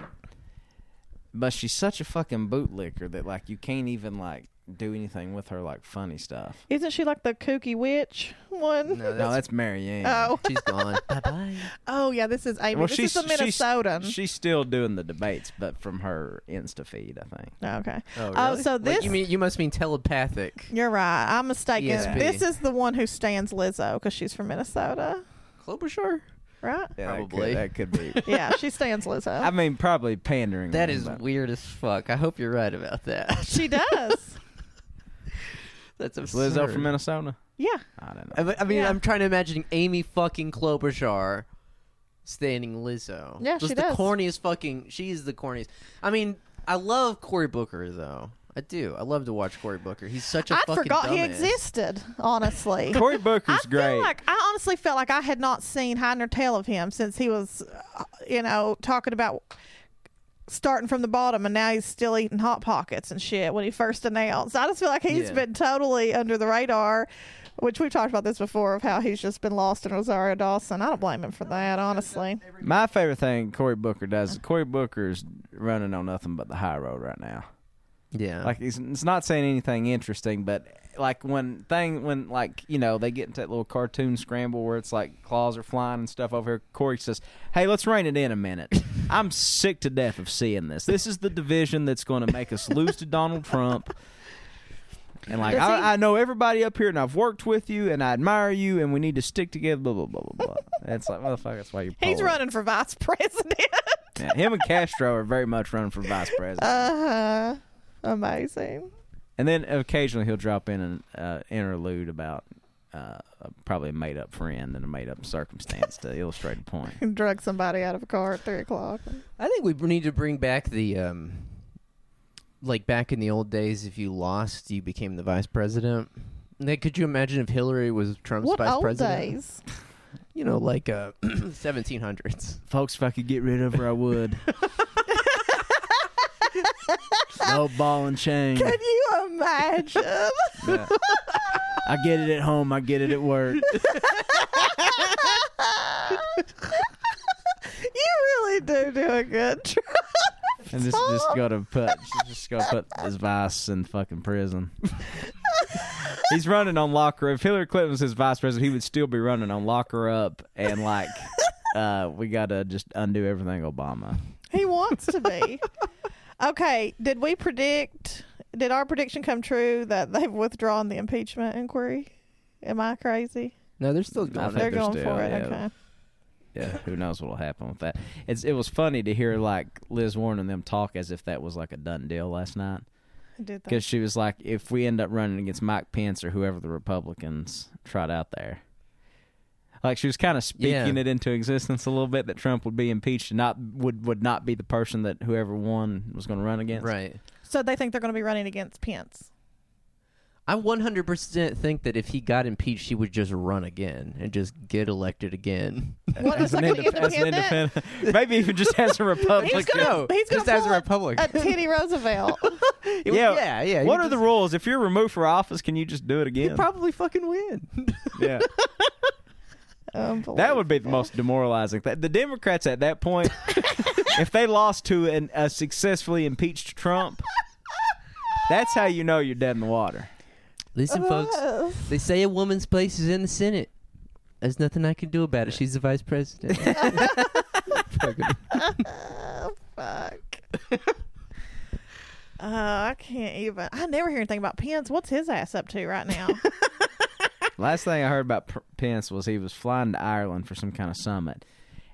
Speaker 3: but she's such a fucking bootlicker that like you can't even like do anything with her like funny stuff.
Speaker 2: Isn't she like the kooky witch one?
Speaker 1: no, that's,
Speaker 3: no, that's Marianne.
Speaker 2: Oh,
Speaker 1: she's gone. bye bye.
Speaker 2: oh yeah. This is Amy.
Speaker 3: Well,
Speaker 2: this
Speaker 3: she's
Speaker 2: is the Minnesotan.
Speaker 3: She's, she's still doing the debates, but from her Insta feed, I think.
Speaker 2: okay.
Speaker 1: Oh, really?
Speaker 2: Oh, so
Speaker 1: Like,
Speaker 2: this-
Speaker 1: you mean you must mean telepathic?
Speaker 2: You're right. I'm mistaken.
Speaker 1: ESP.
Speaker 2: This is the one who stands Lizzo because she's from Minnesota,
Speaker 1: Klobuchar?
Speaker 2: right?
Speaker 3: Yeah, that could-
Speaker 1: Probably.
Speaker 3: that could, be.
Speaker 2: Yeah, she stands Lizzo.
Speaker 3: I mean, probably pandering.
Speaker 1: That
Speaker 3: them,
Speaker 1: is
Speaker 3: but-
Speaker 1: weird as fuck. I hope you're right about that.
Speaker 2: she does.
Speaker 1: that's
Speaker 3: Is Lizzo
Speaker 1: absurd.
Speaker 3: from Minnesota.
Speaker 2: yeah.
Speaker 3: I don't know.
Speaker 1: I I mean,
Speaker 2: Yeah.
Speaker 1: I'm trying to imagine Amy fucking Klobuchar standing Lizzo.
Speaker 2: Yeah,
Speaker 1: Just
Speaker 2: she
Speaker 1: the
Speaker 2: does.
Speaker 1: corniest fucking. She's the corniest. I mean, I love Cory Booker though. I do. I love to watch Cory Booker. He's such a
Speaker 2: I
Speaker 1: fucking.
Speaker 2: forgot he
Speaker 1: dumbass.
Speaker 2: existed. Honestly.
Speaker 3: Cory
Speaker 2: I
Speaker 3: Booker's great.
Speaker 2: feel like I honestly felt like I had not seen hide nor tail of him since he was, uh, you know, talking about starting from the bottom, and now he's still eating hot pockets and shit when he first announced. I just feel like he's
Speaker 1: Yeah.
Speaker 2: been totally under the radar, which we've talked about this before of how he's just been lost in Rosario Dawson. I don't blame him for that, honestly.
Speaker 3: My favorite thing Cory Booker does. Cory Booker's running on nothing but the high road right now.
Speaker 1: Yeah.
Speaker 3: Like he's, it's not saying anything interesting, but like when thing when like you know they get into that little cartoon scramble where it's like claws are flying and stuff over here. Corey says, "Hey, let's rein it in a minute. I'm sick to death of seeing this. This is the division that's going to make us lose to Donald Trump." And like
Speaker 2: Does
Speaker 3: I,
Speaker 2: he-
Speaker 3: I know everybody up here, and I've worked with you, and I admire you, and we need to stick together. Blah blah blah blah blah. That's like motherfucker. That's why you're.
Speaker 2: He's
Speaker 3: poor.
Speaker 2: running for vice president.
Speaker 3: Yeah, him and Castro are very much running for vice president.
Speaker 1: Uh-huh.
Speaker 2: Uh huh. Amazing.
Speaker 3: And then occasionally he'll drop in an uh, interlude about uh, probably a made up friend and a made up circumstance to illustrate a point.
Speaker 2: Drug somebody out of a car at three o'clock.
Speaker 1: I think we need to bring back the um, like back in the old days. If you lost, you became the vice president. Like, could you imagine if Hillary was Trump's
Speaker 2: What
Speaker 1: vice
Speaker 2: old
Speaker 1: president?
Speaker 2: days?
Speaker 1: You know, like uh, 1700s.
Speaker 3: Folks, if I could get rid of her, I would. no ball and chain.
Speaker 2: Can you imagine?
Speaker 3: Yeah. I get it at home. I get it at work.
Speaker 2: do a good job.
Speaker 3: And this just gotta put she's just gotta put his vice in fucking prison. He's running on locker up. If Hillary Clinton was his vice president, he would still be running on locker up and like uh we gotta just undo everything Obama.
Speaker 2: He wants to be. okay, did we predict? Did our prediction come true that they've withdrawn the impeachment inquiry? Am I crazy?
Speaker 1: No, they're still
Speaker 3: I
Speaker 1: going.
Speaker 3: think
Speaker 1: There.
Speaker 2: They're
Speaker 3: they're
Speaker 2: going
Speaker 3: still,
Speaker 2: for it.
Speaker 3: yeah.
Speaker 2: Okay.
Speaker 3: Yeah, who knows what'll happen with that. It's it was funny to hear like Liz Warren and them talk as if that was like a done deal last night.
Speaker 2: I did that.
Speaker 3: Because she was like, if we end up running against Mike Pence or whoever the Republicans trot out there. Like she was kind of speaking
Speaker 1: Yeah.
Speaker 3: it into existence a little bit that Trump would be impeached and not would would not be the person that whoever won was going to run against.
Speaker 1: Right.
Speaker 2: So they think they're going to be running against Pence.
Speaker 1: I 100% think that if he got impeached, he would just run again and just get elected again.
Speaker 2: What is like an
Speaker 3: indep- as an
Speaker 2: independent?
Speaker 3: independent- maybe even just as a Republican.
Speaker 2: He's gonna, he's gonna
Speaker 1: just as a
Speaker 2: pull a-
Speaker 1: Republican.
Speaker 2: a Teddy Roosevelt.
Speaker 1: It-
Speaker 3: Yeah.
Speaker 1: yeah, yeah.
Speaker 3: what
Speaker 1: he
Speaker 3: are the
Speaker 1: just-
Speaker 3: rules? If you're removed from office, can you just do it
Speaker 1: He'd
Speaker 3: again?
Speaker 1: probably fucking win.
Speaker 3: yeah, that would be the most demoralizing. thing. The Democrats at that point, if they lost to an, a successfully impeached Trump, That's how you know you're dead in the water.
Speaker 1: Listen, folks, they say a woman's place is in the Senate. There's nothing I can do about it. She's the vice president.
Speaker 2: Oh, fuck. Uh, I can't even. I never hear anything about Pence. What's his ass up to right now?
Speaker 3: Last thing I heard about P- Pence was he was flying to Ireland for some kind of summit,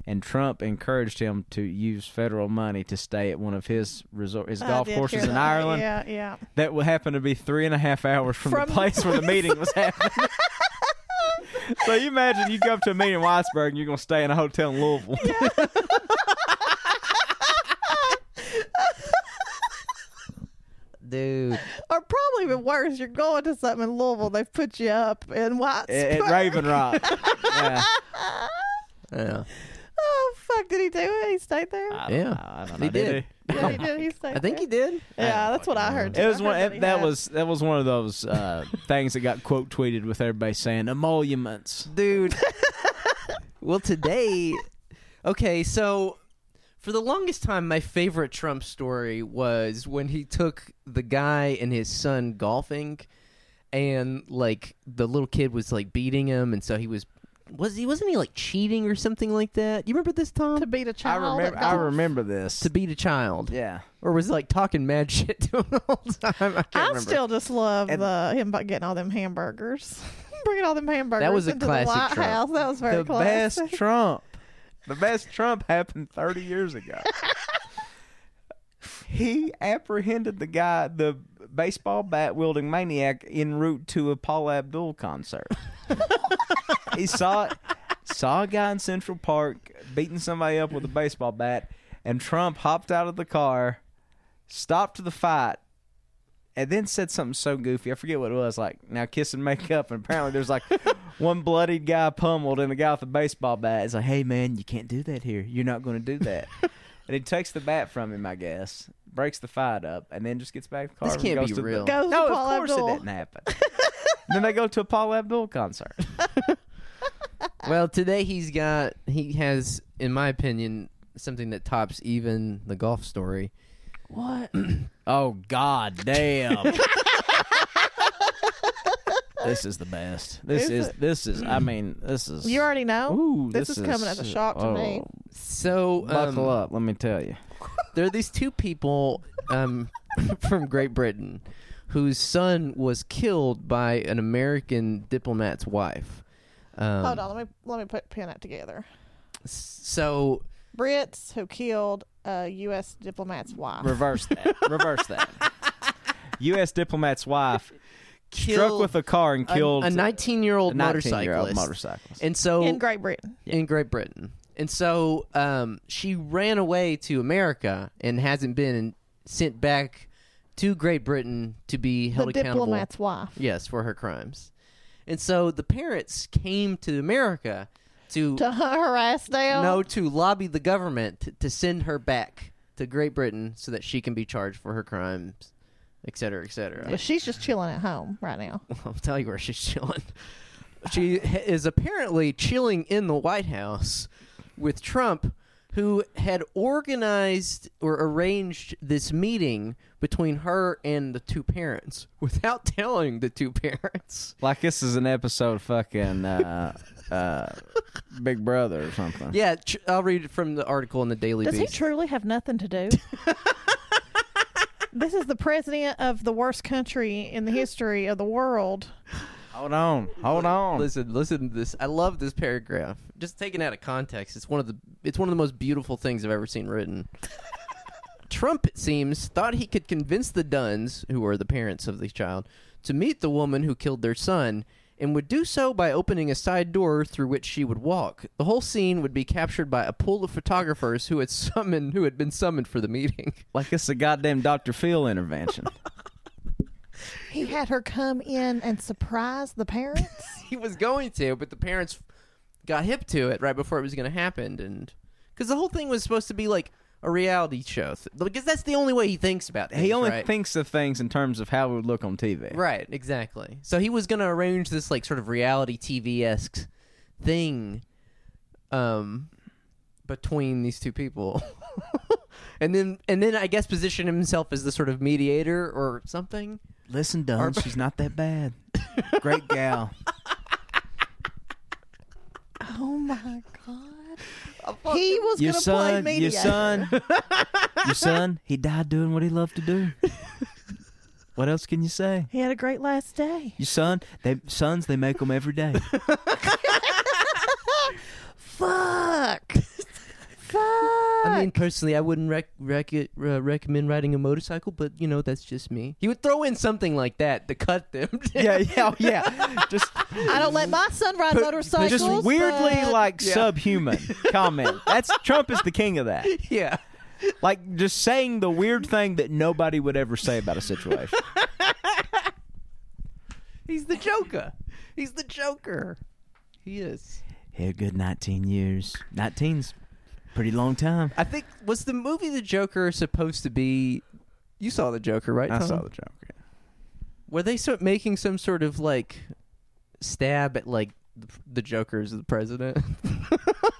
Speaker 3: and Trump encouraged him to use federal money to stay at one of his resort, his
Speaker 2: I
Speaker 3: golf
Speaker 2: did
Speaker 3: courses
Speaker 2: hear
Speaker 3: in
Speaker 2: that.
Speaker 3: Ireland.
Speaker 2: Yeah, yeah.
Speaker 3: That would happen to be three and a half hours from,
Speaker 2: From-
Speaker 3: the place where the meeting was happening. so you imagine you go up to a meeting in Whitesburg and you're gonna stay in a hotel in Louisville.
Speaker 1: Dude.
Speaker 2: Or probably even worse, you're going to something in Louisville. They've put you up in White.
Speaker 3: At, at Raven Rock. Yeah.
Speaker 1: Yeah.
Speaker 2: Oh fuck! Did he do it? He stayed there.
Speaker 3: I don't
Speaker 1: Yeah.
Speaker 3: know. I don't know.
Speaker 1: He did.
Speaker 2: yeah, he did. He stayed
Speaker 1: I think
Speaker 2: there.
Speaker 1: he did.
Speaker 2: Yeah, that's what I heard. too.
Speaker 3: It was
Speaker 2: I heard
Speaker 3: one.
Speaker 2: that he
Speaker 3: That, that
Speaker 2: had-
Speaker 3: was that was one of those uh, things that got quote tweeted with everybody saying emoluments.
Speaker 1: Dude. well, today. Okay, so for the longest time, my favorite Trump story was when he took the guy and his son golfing, and like the little kid was like beating him, and so he was. Was he wasn't he like cheating or something like that? You remember this, Tom?
Speaker 2: to beat a child.
Speaker 3: I
Speaker 2: at
Speaker 3: remember. I
Speaker 2: golf.
Speaker 3: remember this.
Speaker 1: to beat a child,
Speaker 3: yeah,
Speaker 1: or was he, like talking mad shit to him the whole time? I can't
Speaker 2: I
Speaker 1: remember.
Speaker 2: still just love
Speaker 3: And-
Speaker 2: the him bu- getting all them hamburgers, bringing all them hamburgers.
Speaker 1: was a
Speaker 2: into
Speaker 1: classic
Speaker 2: the White
Speaker 1: Trump.
Speaker 2: House. That was very
Speaker 3: the
Speaker 2: classic.
Speaker 3: best Trump. The best Trump happened thirty years ago. he apprehended the guy, the baseball bat wielding maniac, en route to a Paul Abdul concert. he saw saw a guy in Central Park beating somebody up with a baseball bat, and Trump hopped out of the car, stopped the fight, and then said something so goofy. I forget what it was. Like now, kiss and make up, and apparently there's like one bloodied guy pummeled and a guy with a baseball bat. It's like, hey man, you can't do that here. You're not going to do that. and he takes the bat from him, I guess, breaks the fight up, and then just gets back in the car.
Speaker 1: This
Speaker 3: and
Speaker 1: can't
Speaker 3: goes
Speaker 1: be
Speaker 3: to
Speaker 1: real.
Speaker 3: The-
Speaker 2: Goes
Speaker 3: no,
Speaker 2: to Paul
Speaker 3: of course
Speaker 2: Abdul.
Speaker 3: it didn't happen. then they go to a Paul Abdul concert.
Speaker 1: Well, today he's got he has, in my opinion, something that tops even the golf story.
Speaker 2: What?
Speaker 3: Oh God, damn! this is the best. This
Speaker 2: Is
Speaker 3: is,
Speaker 2: it? Mm.
Speaker 3: this is. I mean, this is.
Speaker 2: You already know.
Speaker 3: Ooh,
Speaker 2: this is coming as a shock to me.
Speaker 3: oh,
Speaker 1: So um,
Speaker 3: Buckle up, let me tell you.
Speaker 1: There are these two people um, from Great Britain whose son was killed by an American diplomat's wife. Um,
Speaker 2: Hold on, let me let me put pin it together.
Speaker 1: So
Speaker 2: Brits who killed a U.S. diplomat's wife.
Speaker 3: Reverse that. Reverse that. U.S. diplomat's wife struck
Speaker 1: Killed
Speaker 3: with a car and
Speaker 1: a-
Speaker 3: killed
Speaker 1: a 19 year old
Speaker 3: a
Speaker 1: motorcyclist.
Speaker 3: 19-year-old motorcyclist.
Speaker 1: And so
Speaker 2: in Great Britain.
Speaker 1: in Great Britain. And so um, she ran away to America and hasn't been sent back to Great Britain to be held
Speaker 2: The
Speaker 1: accountable.
Speaker 2: diplomat's wife.
Speaker 1: Yes, for her crimes. And so the parents came to America to,
Speaker 2: To harass them.
Speaker 1: no to lobby the government t- to send her back to Great Britain so that she can be charged for her crimes, et cetera, et cetera.
Speaker 2: But she's just chilling at home right now.
Speaker 1: I'll tell you where she's chilling. She h- is apparently chilling in the White House with Trump, who had organized or arranged this meeting between her and the two parents without telling the two parents.
Speaker 3: Like this is an episode of fucking uh, uh, Big Brother or something.
Speaker 1: Yeah, tr- I'll read it from the article in the Daily
Speaker 2: Does he
Speaker 1: Beast.
Speaker 2: truly have nothing to do? this is the president of the worst country in the history of the world.
Speaker 3: Hold on, hold on.
Speaker 1: Listen, listen to this. I love this paragraph. Just taken out of context, it's one of the it's one of the most beautiful things I've ever seen written. Trump, it seems, thought he could convince the Duns, who are the parents of the child, to meet the woman who killed their son, and would do so by opening a side door through which she would walk. The whole scene would be captured by a pool of photographers who had summoned who had been summoned for the meeting.
Speaker 3: Like it's a goddamn Dr. Phil intervention.
Speaker 2: He had her come in and surprise the parents.
Speaker 1: he was going to, but the parents got hip to it right before it was going to happen, and because the whole thing was supposed to be like a reality show, th- because that's the only way he thinks about. Things,
Speaker 3: he only
Speaker 1: right?
Speaker 3: thinks of things in terms of how it would look on TV.
Speaker 1: right, exactly. So he was going to arrange this like sort of reality TV esque thing, um, between these two people. And then, and then I guess position himself as the sort of mediator or something.
Speaker 3: Listen, Dunn, she's not that bad. Great gal.
Speaker 2: oh my god. He was
Speaker 3: your
Speaker 2: gonna play
Speaker 3: son,
Speaker 2: mediator.
Speaker 3: your son, your son. He died doing what he loved to do. What else can you say?
Speaker 2: He had a great last day.
Speaker 3: Your son, they sons, they make them every day.
Speaker 2: Fuck. Fuck.
Speaker 1: I mean, personally, I wouldn't rec- rec- uh, recommend riding a motorcycle, but you know that's just me. He would throw in something like that to cut them. down.
Speaker 3: yeah, yeah, oh, yeah. Just,
Speaker 2: I don't let my son ride motorcycles.
Speaker 3: just weirdly
Speaker 2: but-
Speaker 3: like
Speaker 1: Yeah.
Speaker 3: subhuman comment. That's Trump is the king of that.
Speaker 1: yeah.
Speaker 3: Like just saying the weird thing that nobody would ever say about a situation.
Speaker 1: He's the Joker. He's the Joker. He is.
Speaker 3: Yeah, good 19 years. 19's pretty long time.
Speaker 1: I think was the movie The Joker supposed to be? You saw the Joker, right? Tom?
Speaker 3: Joker.
Speaker 1: Were they sort making some sort of like stab at like the, the Joker as the president?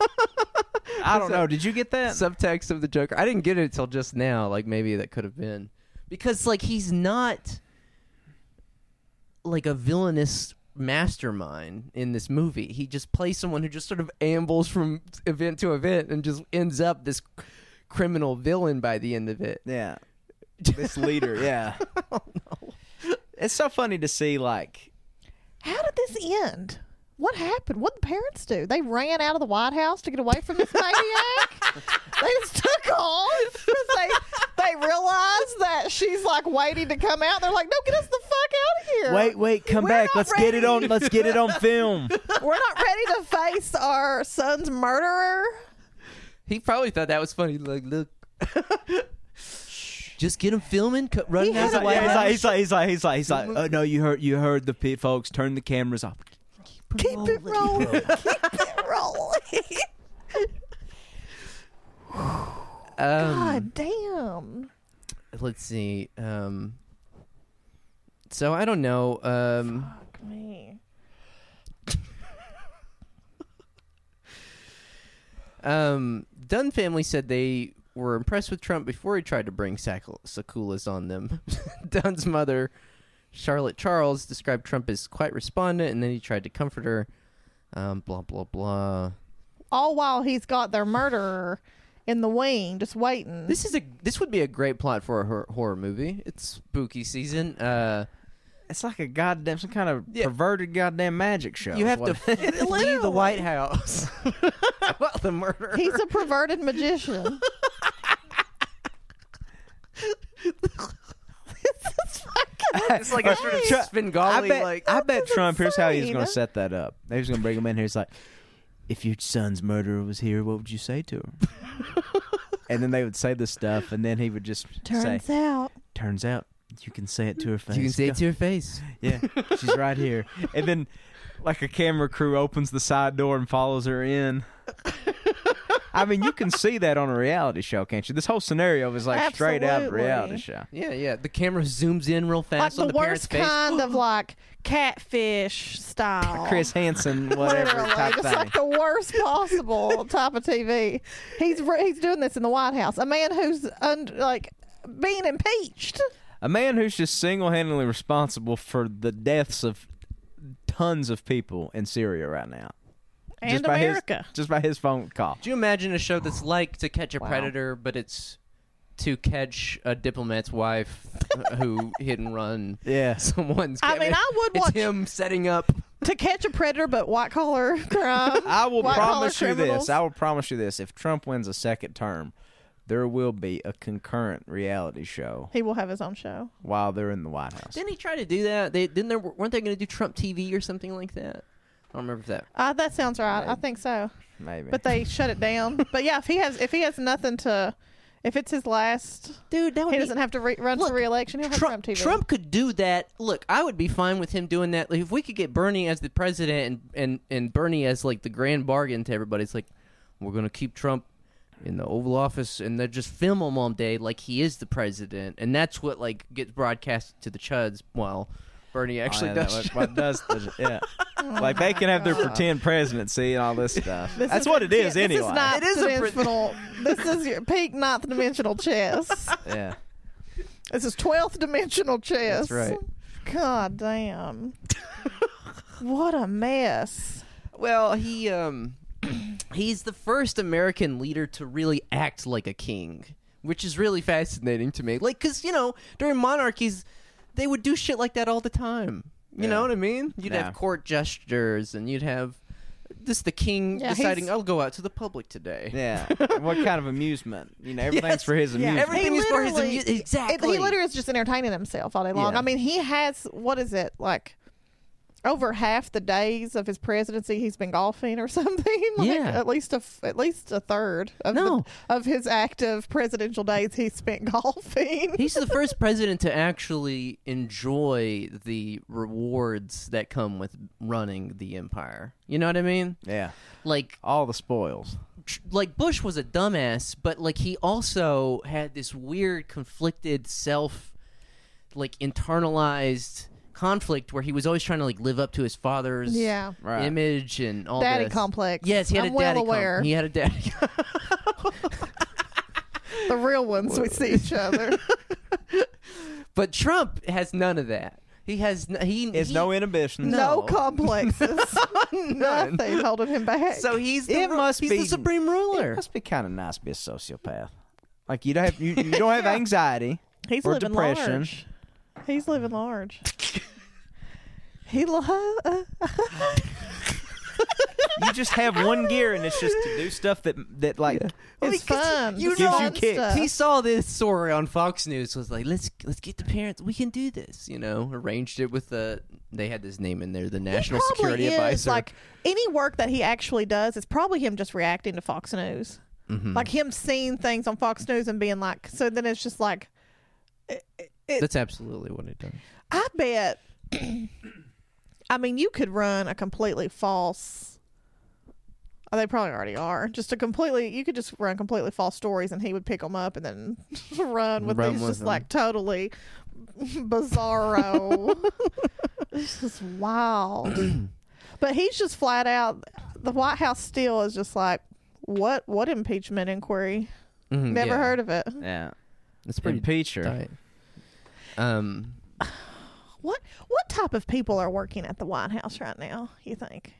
Speaker 3: I don't know. Did you get that?
Speaker 1: subtext of the Joker. I didn't get it till just now. Like maybe that could have been because like he's not like a villainous mastermind in this movie. He just plays someone who just sort of ambles from event to event and just ends up this criminal villain by the end of it.
Speaker 3: yeah. This leader, yeah. It's so funny to see like
Speaker 2: How did this end? What happened? What did the parents do? They ran out of the White House to get away from this maniac. they just took off 'cause they they realized that she's like waiting to come out. They're like, "No, get us the fuck out of here!
Speaker 3: Wait, wait, come
Speaker 2: We're
Speaker 3: back.
Speaker 2: not
Speaker 3: Let's get it on let's get it on film.
Speaker 2: we're not ready to face our son's murderer."
Speaker 1: He probably thought that was funny. Like, look. Just get him filming, cut, running
Speaker 2: had
Speaker 1: out
Speaker 3: He's
Speaker 1: of the
Speaker 2: a-
Speaker 1: White
Speaker 3: like, he's
Speaker 1: House.
Speaker 3: like, he's like, he's like, he's like, he's like, oh no, you heard, you heard the pe- folks. Turn the cameras off.
Speaker 2: Keep it rolling. Keep it rolling.
Speaker 1: Um,
Speaker 2: God damn.
Speaker 1: let's see. Um, so I don't know. Um,
Speaker 2: Fuck me.
Speaker 1: um, Dunn family said they were impressed with Trump before he tried to bring sac- sakulas on them. Dunn's mother, Charlotte Charles, described Trump as quite respondent, and then he tried to comfort her. Um, blah blah blah.
Speaker 2: All while he's got their murderer in the wing, just waiting.
Speaker 1: This is a this would be a great plot for a hor- horror movie. It's spooky season. Uh,
Speaker 3: It's like a goddamn some kind of
Speaker 1: Yeah.
Speaker 3: perverted goddamn magic show.
Speaker 1: you
Speaker 3: is
Speaker 1: have
Speaker 3: what
Speaker 1: to
Speaker 3: it-
Speaker 1: leave the White House about the murder.
Speaker 2: He's a perverted magician. this is fucking
Speaker 1: It's like a sort of
Speaker 3: Tru- I
Speaker 1: Svengali
Speaker 3: bet,
Speaker 1: like. oh,
Speaker 3: I bet Trump. Here's how he's going
Speaker 2: insane.
Speaker 3: to set that up. They're just going to bring him in here. He's like, if your son's murderer was here, what would you say to him? and then they would say this stuff, and then he would just
Speaker 2: Turns
Speaker 3: say,
Speaker 2: out
Speaker 3: "Turns out you can say it to her face.
Speaker 1: You can say
Speaker 3: Go-
Speaker 1: it to your face.
Speaker 3: Yeah, she's right here. And then, like, a camera crew opens the side door and follows her in. I mean, you can see that on a reality show, can't you? This whole scenario is like straight out of a reality
Speaker 2: Absolutely.
Speaker 3: show.
Speaker 1: Yeah, yeah. The camera zooms in real
Speaker 2: like
Speaker 1: fast
Speaker 2: the,
Speaker 1: on the, parent's
Speaker 2: worst
Speaker 1: face.
Speaker 2: kind of like catfish style.
Speaker 3: Chris Hansen, whatever
Speaker 2: Literally,
Speaker 3: type
Speaker 2: it's
Speaker 3: thing.
Speaker 2: like the worst possible type of TV. He's re- he's doing this in the White House. A man who's un- like being impeached.
Speaker 3: A man who's just single-handedly responsible for the deaths of tons of people in Syria right now.
Speaker 2: And
Speaker 3: just by
Speaker 2: America.
Speaker 3: his just by his phone call.
Speaker 1: Do you imagine a show that's like To Catch a
Speaker 2: Wow.
Speaker 1: Predator, but it's to catch a diplomat's wife who hit and run
Speaker 3: Yeah.
Speaker 1: someone's?
Speaker 2: I mean,
Speaker 1: cabin?
Speaker 2: I would
Speaker 1: it's
Speaker 2: watch-
Speaker 1: him setting up.
Speaker 2: to catch a predator, but white collar crime.
Speaker 3: I will
Speaker 2: White collar
Speaker 3: promise you
Speaker 2: criminals.
Speaker 3: this. I will promise you this. If Trump wins a second term, there will be a concurrent reality show
Speaker 2: he will have his own show.
Speaker 3: while they're in the White House.
Speaker 1: Didn't he try to do that? They didn't. There weren't they going to do Trump TV or something like that? I don't remember if that.
Speaker 2: Uh, that sounds right. I think so.
Speaker 3: Maybe.
Speaker 2: But they shut it down. But yeah, if he has if he has nothing to, if it's his last,
Speaker 1: Dude, that would
Speaker 2: he
Speaker 1: be-
Speaker 2: doesn't have to re- run
Speaker 1: Look,
Speaker 2: for reelection. He'll have Trump,
Speaker 1: Trump,
Speaker 2: TV.
Speaker 1: Trump could do that. Look, I would be fine with him doing that. Like, if we could get Bernie as the president and, and, and Bernie as like the grand bargain to everybody, it's like we're gonna keep Trump in the Oval Office and then just film him all day like he is the president, and that's what like gets broadcast to the chuds while Bernie actually
Speaker 3: Oh, yeah,
Speaker 1: does.
Speaker 3: that-
Speaker 1: shit.
Speaker 3: what does the- yeah. like they can have their pretend presidency and all this stuff. That's what it is
Speaker 2: Yeah,
Speaker 3: anyway.
Speaker 2: This is not
Speaker 1: It is a pre-
Speaker 2: dimensional. this is your peak ninth dimensional chess.
Speaker 3: yeah.
Speaker 2: This is twelfth dimensional chess.
Speaker 3: That's right.
Speaker 2: God damn. what a mess.
Speaker 1: Well, he um he's the first American leader to really act like a king, which is really fascinating to me. Like cuz you know, during monarchies they would do shit like that all the time. You
Speaker 3: Yeah.
Speaker 1: know what I mean? You'd
Speaker 3: Yeah.
Speaker 1: have court gestures and you'd have this the king
Speaker 2: Yeah,
Speaker 1: deciding
Speaker 2: he's-
Speaker 1: I'll go out to the public today.
Speaker 3: Yeah. what kind of amusement? You know, everything's for his amusement.
Speaker 1: Everything
Speaker 2: He
Speaker 1: is for his
Speaker 2: literally-
Speaker 1: amu- exactly.
Speaker 2: It, he literally is just entertaining himself all day long.
Speaker 3: Yeah.
Speaker 2: I mean, he has what is it like? Over half the days of his presidency, he's been golfing or something. like
Speaker 1: Yeah.
Speaker 2: at least a f- at least a third of the-
Speaker 1: No.
Speaker 2: of his active presidential days he spent golfing.
Speaker 1: He's the first president to actually enjoy the rewards that come with running the empire. You know what I mean?
Speaker 3: yeah.
Speaker 1: Like
Speaker 3: All the spoils.
Speaker 1: tr- like Bush was a dumbass, but like he also had this weird conflicted self like internalized conflict where he was always trying to like live up to his father's
Speaker 2: Yeah.
Speaker 3: Right.
Speaker 1: image and all
Speaker 2: Daddy
Speaker 1: this.
Speaker 2: complex.
Speaker 1: Yes, he had
Speaker 2: I'm
Speaker 1: a
Speaker 2: well
Speaker 1: daddy com-
Speaker 2: aware.
Speaker 1: he had a daddy.
Speaker 2: the real ones we see each other.
Speaker 1: but Trump has none of that. He has n- he
Speaker 3: It's
Speaker 1: he-
Speaker 3: no inhibition.
Speaker 2: No,
Speaker 1: No.
Speaker 2: complexes. Nothing holding him back.
Speaker 1: So he's the,
Speaker 3: It
Speaker 1: ru-
Speaker 3: must
Speaker 1: he's
Speaker 3: be-
Speaker 1: the supreme ruler.
Speaker 3: It must be kind of nice to be a sociopath. Like you don't have you, you don't have anxiety
Speaker 2: he's
Speaker 3: or
Speaker 2: living
Speaker 3: depression.
Speaker 2: large. He's living large. he lo- uh,
Speaker 3: You just have one gear, and it's just to do stuff that that like
Speaker 2: It's
Speaker 1: Because
Speaker 2: fun.
Speaker 1: you
Speaker 2: It's
Speaker 1: know-
Speaker 3: Gives you
Speaker 2: fun
Speaker 3: kicks.
Speaker 2: stuff.
Speaker 1: he saw this story on Fox News was like let's let's get the parents we can do this you know arranged it with the they had this name in there the National
Speaker 2: probably
Speaker 1: Security
Speaker 2: is,
Speaker 1: Advisor
Speaker 2: Like any work that he actually does, it's probably him just reacting to Fox News, like him seeing things on Fox News and being like. So then it's just like,
Speaker 1: that's absolutely what it does
Speaker 2: I bet. I mean, you could run a completely false. oh, They probably already are. Just a completely, you could just run completely false stories, and he would pick them up and then run with
Speaker 1: Run
Speaker 2: these
Speaker 1: with
Speaker 2: just
Speaker 1: them.
Speaker 2: like totally bizarro. this is wild. but he's just flat out. The White House still is just like, what? What impeachment inquiry?
Speaker 1: Mhm,
Speaker 2: Never
Speaker 1: yeah.
Speaker 2: heard of it.
Speaker 3: yeah
Speaker 1: it's pretty
Speaker 3: impeacher.
Speaker 1: tight um
Speaker 2: What what type of people are working at the White House right now? You think?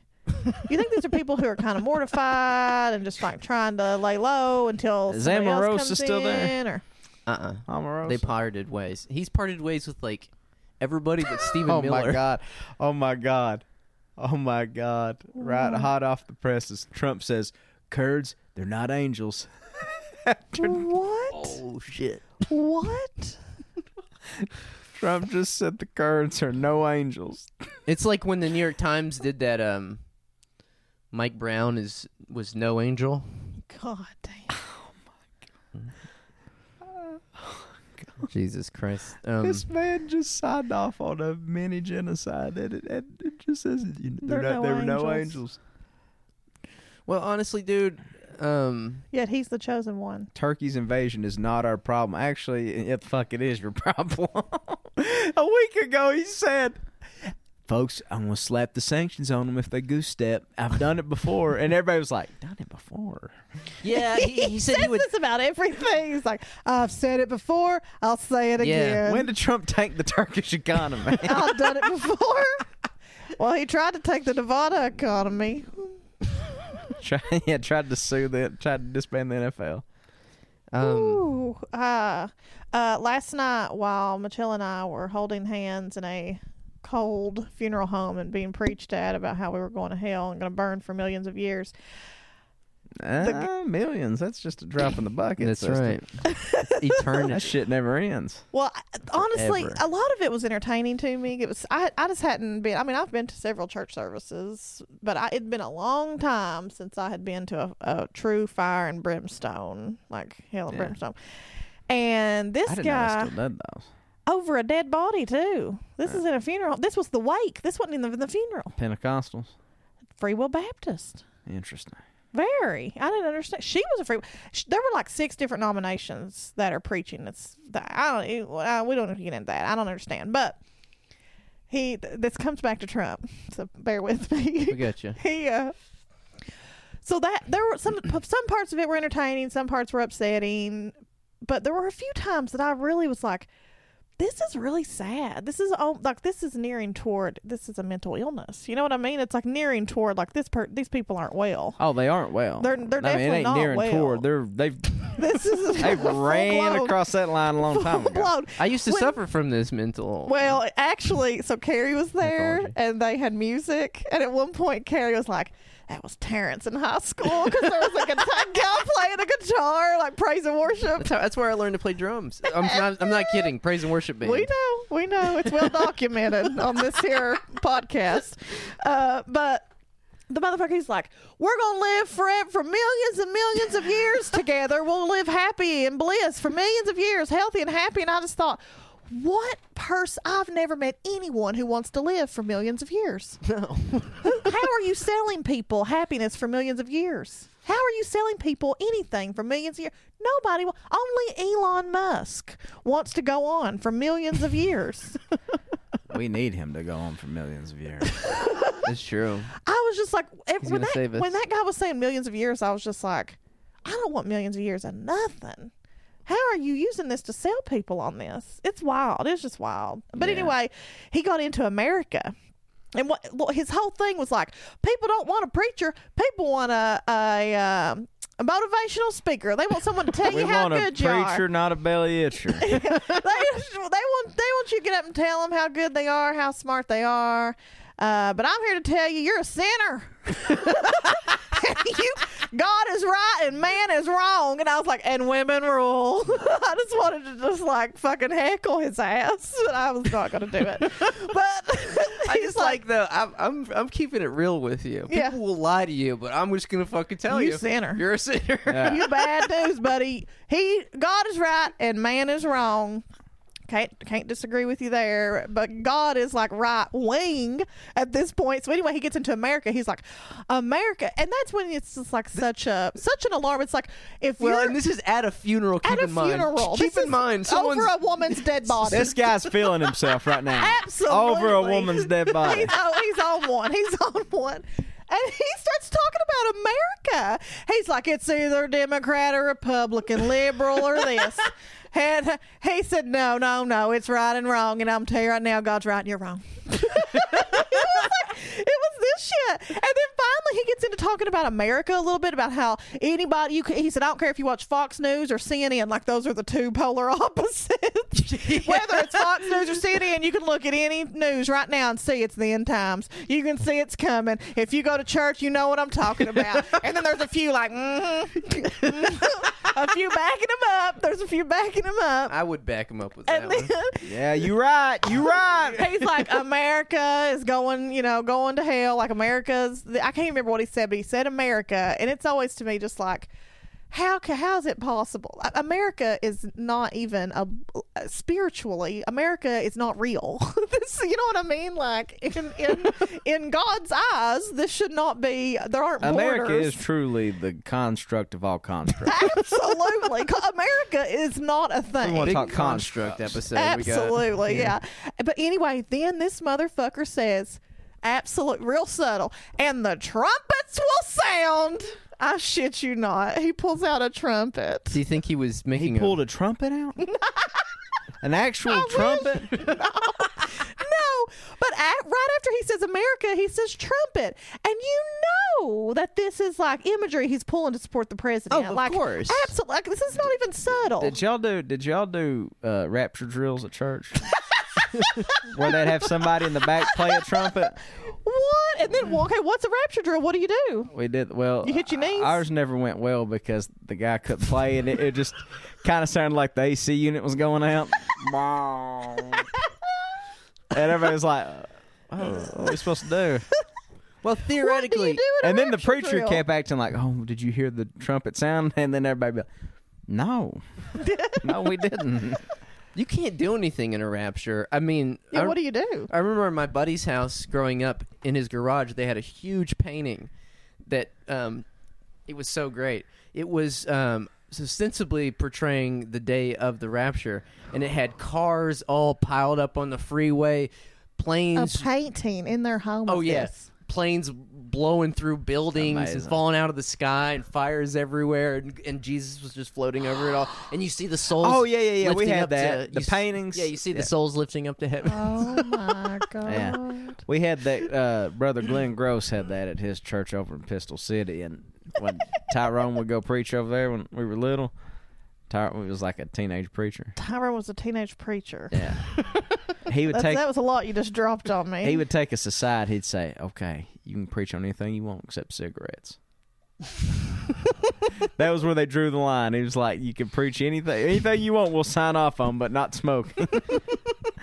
Speaker 2: you think these are people who are kind of mortified and just like trying to lay low until
Speaker 3: Is
Speaker 2: somebody else
Speaker 3: Omarosa
Speaker 2: comes
Speaker 3: still there?
Speaker 2: in, Or
Speaker 1: uh uh
Speaker 3: Omarosa.
Speaker 1: they parted ways he's parted ways with like everybody but Stephen
Speaker 3: oh
Speaker 1: Miller
Speaker 3: my god! Oh my god! Oh my god! Right, hot off the presses. Trump says, "Kurds, they're not angels."
Speaker 2: what?
Speaker 1: oh shit
Speaker 2: What?
Speaker 3: Trump just said the Kurds are no angels.
Speaker 1: it's like when the New York Times did that um Mike Brown is was no angel
Speaker 2: God damn!
Speaker 1: Uh, Jesus Christ um,
Speaker 3: This man just signed off on a mini genocide, and it, and it just says you know, they're,
Speaker 2: They're no
Speaker 3: not, they were
Speaker 2: angels.
Speaker 3: no angels.
Speaker 1: Well, honestly, dude, uh, Um,
Speaker 2: Yet he's the chosen one.
Speaker 3: Turkey's invasion is not our problem. Actually, it fuck it is your problem. a week ago, he said, "Folks, I'm gonna slap the sanctions on them if they goose step. I've done it before." and everybody was like, "Done it before."
Speaker 1: yeah, he, he said
Speaker 2: says
Speaker 1: he would.
Speaker 2: this about everything. He's like, I've said it before. I'll say it
Speaker 1: Yeah.
Speaker 2: again.
Speaker 3: When did Trump tank the Turkish economy?
Speaker 2: I've done it before. well, he tried to take the Nevada economy.
Speaker 3: Try, yeah, tried to sue the, tried to disband the NFL.
Speaker 1: Um,
Speaker 2: Ooh. Uh, uh, last night, while Michelle and I were holding hands in a cold funeral home and being preached at about how we were going to hell and going to burn for millions of years,
Speaker 3: Ah, millions. That's just a drop in the bucket.
Speaker 1: that's
Speaker 3: sister.
Speaker 1: right.
Speaker 3: That
Speaker 1: Eternity.
Speaker 3: shit never ends.
Speaker 2: Well, I- honestly,
Speaker 1: Forever.
Speaker 2: a lot of it was entertaining to me. It was I, I just hadn't been. I mean, I've been to several church services, but I, it'd been a long time since I had been to a, a true fire and brimstone, like hell and
Speaker 3: Yeah.
Speaker 2: brimstone. And this
Speaker 3: I didn't know
Speaker 2: guy
Speaker 3: they still did those.
Speaker 2: over a dead body too. This is in a funeral. This was the wake. This wasn't in the, the funeral.
Speaker 3: Pentecostals.
Speaker 2: Free Will Baptist.
Speaker 3: Interesting.
Speaker 2: Very. I didn't understand. She was a free. Sh there were like six different nominations that are preaching. It's that I don't. It, uh, we don't have to get into that. I don't understand. But he. Th- this comes back to Trump. So bear with
Speaker 1: We
Speaker 2: me.
Speaker 1: got you.
Speaker 2: he. Uh, so that there were some some parts of it were entertaining. Some parts were upsetting. But there were a few times that I really was like, "This is really sad. This is all like this is nearing toward this is a mental illness. You know what I mean? It's like nearing toward like this. Per- these people aren't well.
Speaker 3: Oh, they aren't well.
Speaker 2: They're- they're
Speaker 3: I mean, it
Speaker 2: definitely
Speaker 3: ain't
Speaker 2: not
Speaker 3: near and
Speaker 2: well.
Speaker 3: toward. They're they've
Speaker 2: This is
Speaker 3: they ran
Speaker 2: full-blown-
Speaker 3: across that line a long time ago.
Speaker 2: full-blown.
Speaker 1: I used to
Speaker 2: When-
Speaker 1: suffer from this mental.
Speaker 2: Well, actually, so Carrie was there,
Speaker 1: Oh. Mythology.
Speaker 2: and they had music. And at one point, Carrie was like, "That was Terrence in high school," because there was like a guy playing a guitar, like praise and worship.
Speaker 1: that's, how, that's where I learned to play drums. I'm not, I'm not kidding. Praise and worship band.
Speaker 2: We know, we know. It's well documented on this here podcast. Uh, but the motherfucker, he's like, we're gonna live forever for millions and millions of years together. We'll live happy and bliss for millions of years, healthy and happy. And I just thought, what person? I've never met anyone who wants to live for millions of years.
Speaker 1: No.
Speaker 2: How are you selling people happiness for millions of years? How are you selling people anything for millions of years? Nobody will. Only Elon Musk wants to go on for millions of years.
Speaker 3: We need him to go on for millions of years.
Speaker 1: That's true.
Speaker 2: I was just like, if-
Speaker 1: He's
Speaker 2: when
Speaker 1: gonna
Speaker 2: that
Speaker 1: save us.
Speaker 2: when that guy was saying millions of years, I was just like, I don't want millions of years of nothing. How are you using this to sell people on this? It's wild. It's just wild. But
Speaker 3: Yeah.
Speaker 2: anyway, he got into America. And what well, his whole thing was like, people don't want a preacher. People want a a, um, a motivational speaker. They want someone to tell
Speaker 3: we
Speaker 2: you how
Speaker 3: want a
Speaker 2: good
Speaker 3: preacher,
Speaker 2: you are.
Speaker 3: not a belly itcher.
Speaker 2: they, they want they want you to get up and tell them how good they are, how smart they are. Uh, but I'm here to tell you, you're a sinner. you, God is right and man is wrong. And I was like, and women rule. I just wanted to just like fucking heckle his ass, but I was not going to do it. But
Speaker 1: I
Speaker 2: he's
Speaker 1: just like, though. I'm, I'm I'm keeping it real with you. People
Speaker 2: Yeah.
Speaker 1: will lie to you, but I'm just gonna fucking tell
Speaker 2: You
Speaker 1: you.
Speaker 2: sinner.
Speaker 1: You're a sinner.
Speaker 3: Yeah.
Speaker 2: you bad news, buddy. He God is right and man is wrong. Can't can't disagree with you there. But God is like right wing at this point. So anyway, he gets into America. He's like America, and that's when it's just like such a such an alarm. It's like if
Speaker 1: Well,
Speaker 2: you're
Speaker 1: and this is at a funeral. Keep
Speaker 2: at a
Speaker 1: in mind.
Speaker 2: funeral,
Speaker 1: Keep
Speaker 2: this
Speaker 1: in
Speaker 2: is
Speaker 1: mind, someone's
Speaker 2: over a woman's dead body.
Speaker 3: this guy's feeling himself right now.
Speaker 2: Absolutely.
Speaker 3: Over a woman's dead body.
Speaker 2: He's on, he's on one. He's on one. And he starts talking about America. He's like, it's either Democrat or Republican, liberal or this. And he said, no, no, no, it's right and wrong. And I'm telling you right now, God's right and you're wrong. it was this shit. And then finally, he gets into talking about America a little bit about how anybody you. c- He said, I don't care if you watch Fox News or CNN, like those are the two polar opposites. Whether it's Fox News or CNN, you can look at any news right now and see it's the end times. You can see it's coming. If you go to church, you know what I'm talking about. and then there's a few like, mm a few backing him up. There's a few backing him up.
Speaker 1: I would back him up with that
Speaker 2: And
Speaker 1: one.
Speaker 2: then.
Speaker 3: Yeah, you right. You right.
Speaker 2: He's like, America is going, you know, going to hell. Like America's. I can't remember what he said, but he said America, and it's always to me just like, how ca how is it possible? A- America is not even a uh, spiritually. America is not real. this, you know what I mean? Like in in, in God's eyes, this should not be. There aren't
Speaker 3: America
Speaker 2: borders.
Speaker 3: is truly the construct of all constructs.
Speaker 2: Absolutely, Co- America is not a thing.
Speaker 3: wanna
Speaker 1: Big
Speaker 3: talk
Speaker 1: construct
Speaker 3: constructs.
Speaker 1: episode. We got.
Speaker 2: Absolutely, yeah. But anyway, then this motherfucker says, absolute, real subtle, and the trumpets will sound. I shit you not. He pulls out a trumpet.
Speaker 1: Do you think he was making?
Speaker 3: he pulled
Speaker 1: a,
Speaker 3: a trumpet out? An actual trumpet?
Speaker 2: No, but at, right after he says America, he says trumpet, and you know that this is like imagery he's pulling to support the president.
Speaker 1: Oh, of
Speaker 2: like,
Speaker 1: course.
Speaker 2: Absolutely, like, this is not even subtle.
Speaker 3: Did y'all do? Did y'all do uh, rapture drills at church? Where they'd have somebody in the back play a trumpet.
Speaker 2: what? And then, well, okay, what's a rapture drill? What do you do?
Speaker 3: We did well.
Speaker 2: You hit your knees?
Speaker 3: Ours never went well because the guy couldn't play, and it, it just kind of sounded like the AC unit was going out. and everybody was like, "Oh, what are we supposed to do?"
Speaker 1: well,
Speaker 2: What do
Speaker 1: theoretically,
Speaker 2: you do at a
Speaker 3: And then the
Speaker 2: rapture
Speaker 3: preacher
Speaker 2: drill?
Speaker 3: kept acting like, "Oh, did you hear the trumpet sound?" And then everybody, be like, "No, no, we didn't."
Speaker 1: you can't do anything in a rapture. I mean,
Speaker 2: Yeah,
Speaker 1: I-
Speaker 2: what do you do?
Speaker 1: I remember in my buddy's house growing up in his garage, they had a huge painting that um, it was so great. It was um, ostensibly portraying the day of the rapture, and it had cars all piled up on the freeway,
Speaker 2: a
Speaker 1: planes.
Speaker 2: painting in their home.
Speaker 1: oh
Speaker 2: of
Speaker 1: yes,
Speaker 2: this.
Speaker 1: planes blowing through buildings and
Speaker 3: Amazing.
Speaker 1: falling out of the sky, and fires everywhere, and, and Jesus was just floating over it all. And you see the souls.
Speaker 3: Oh, yeah, yeah, yeah, we
Speaker 1: lifting
Speaker 3: had
Speaker 1: up
Speaker 3: that.
Speaker 1: To,
Speaker 3: The
Speaker 1: you s-
Speaker 3: paintings.
Speaker 1: Yeah, you see
Speaker 3: Yeah.
Speaker 1: the souls lifting up to heaven.
Speaker 2: Oh my god.
Speaker 3: Yeah. We had that uh, brother Glenn Gross had that at his church over in Pistol City, and when Tyrone would go preach over there when we were little, Tyrone was like a teenage preacher.
Speaker 2: Tyrone was a teenage preacher.
Speaker 3: Yeah, he would
Speaker 2: That's,
Speaker 3: take
Speaker 2: that was a lot you just dropped on me.
Speaker 3: he would take us aside. He'd say, "Okay, you can preach on anything you want except cigarettes." that was where they drew the line. He was like, "You can preach anything, anything you want. We'll sign off on, but not smoking."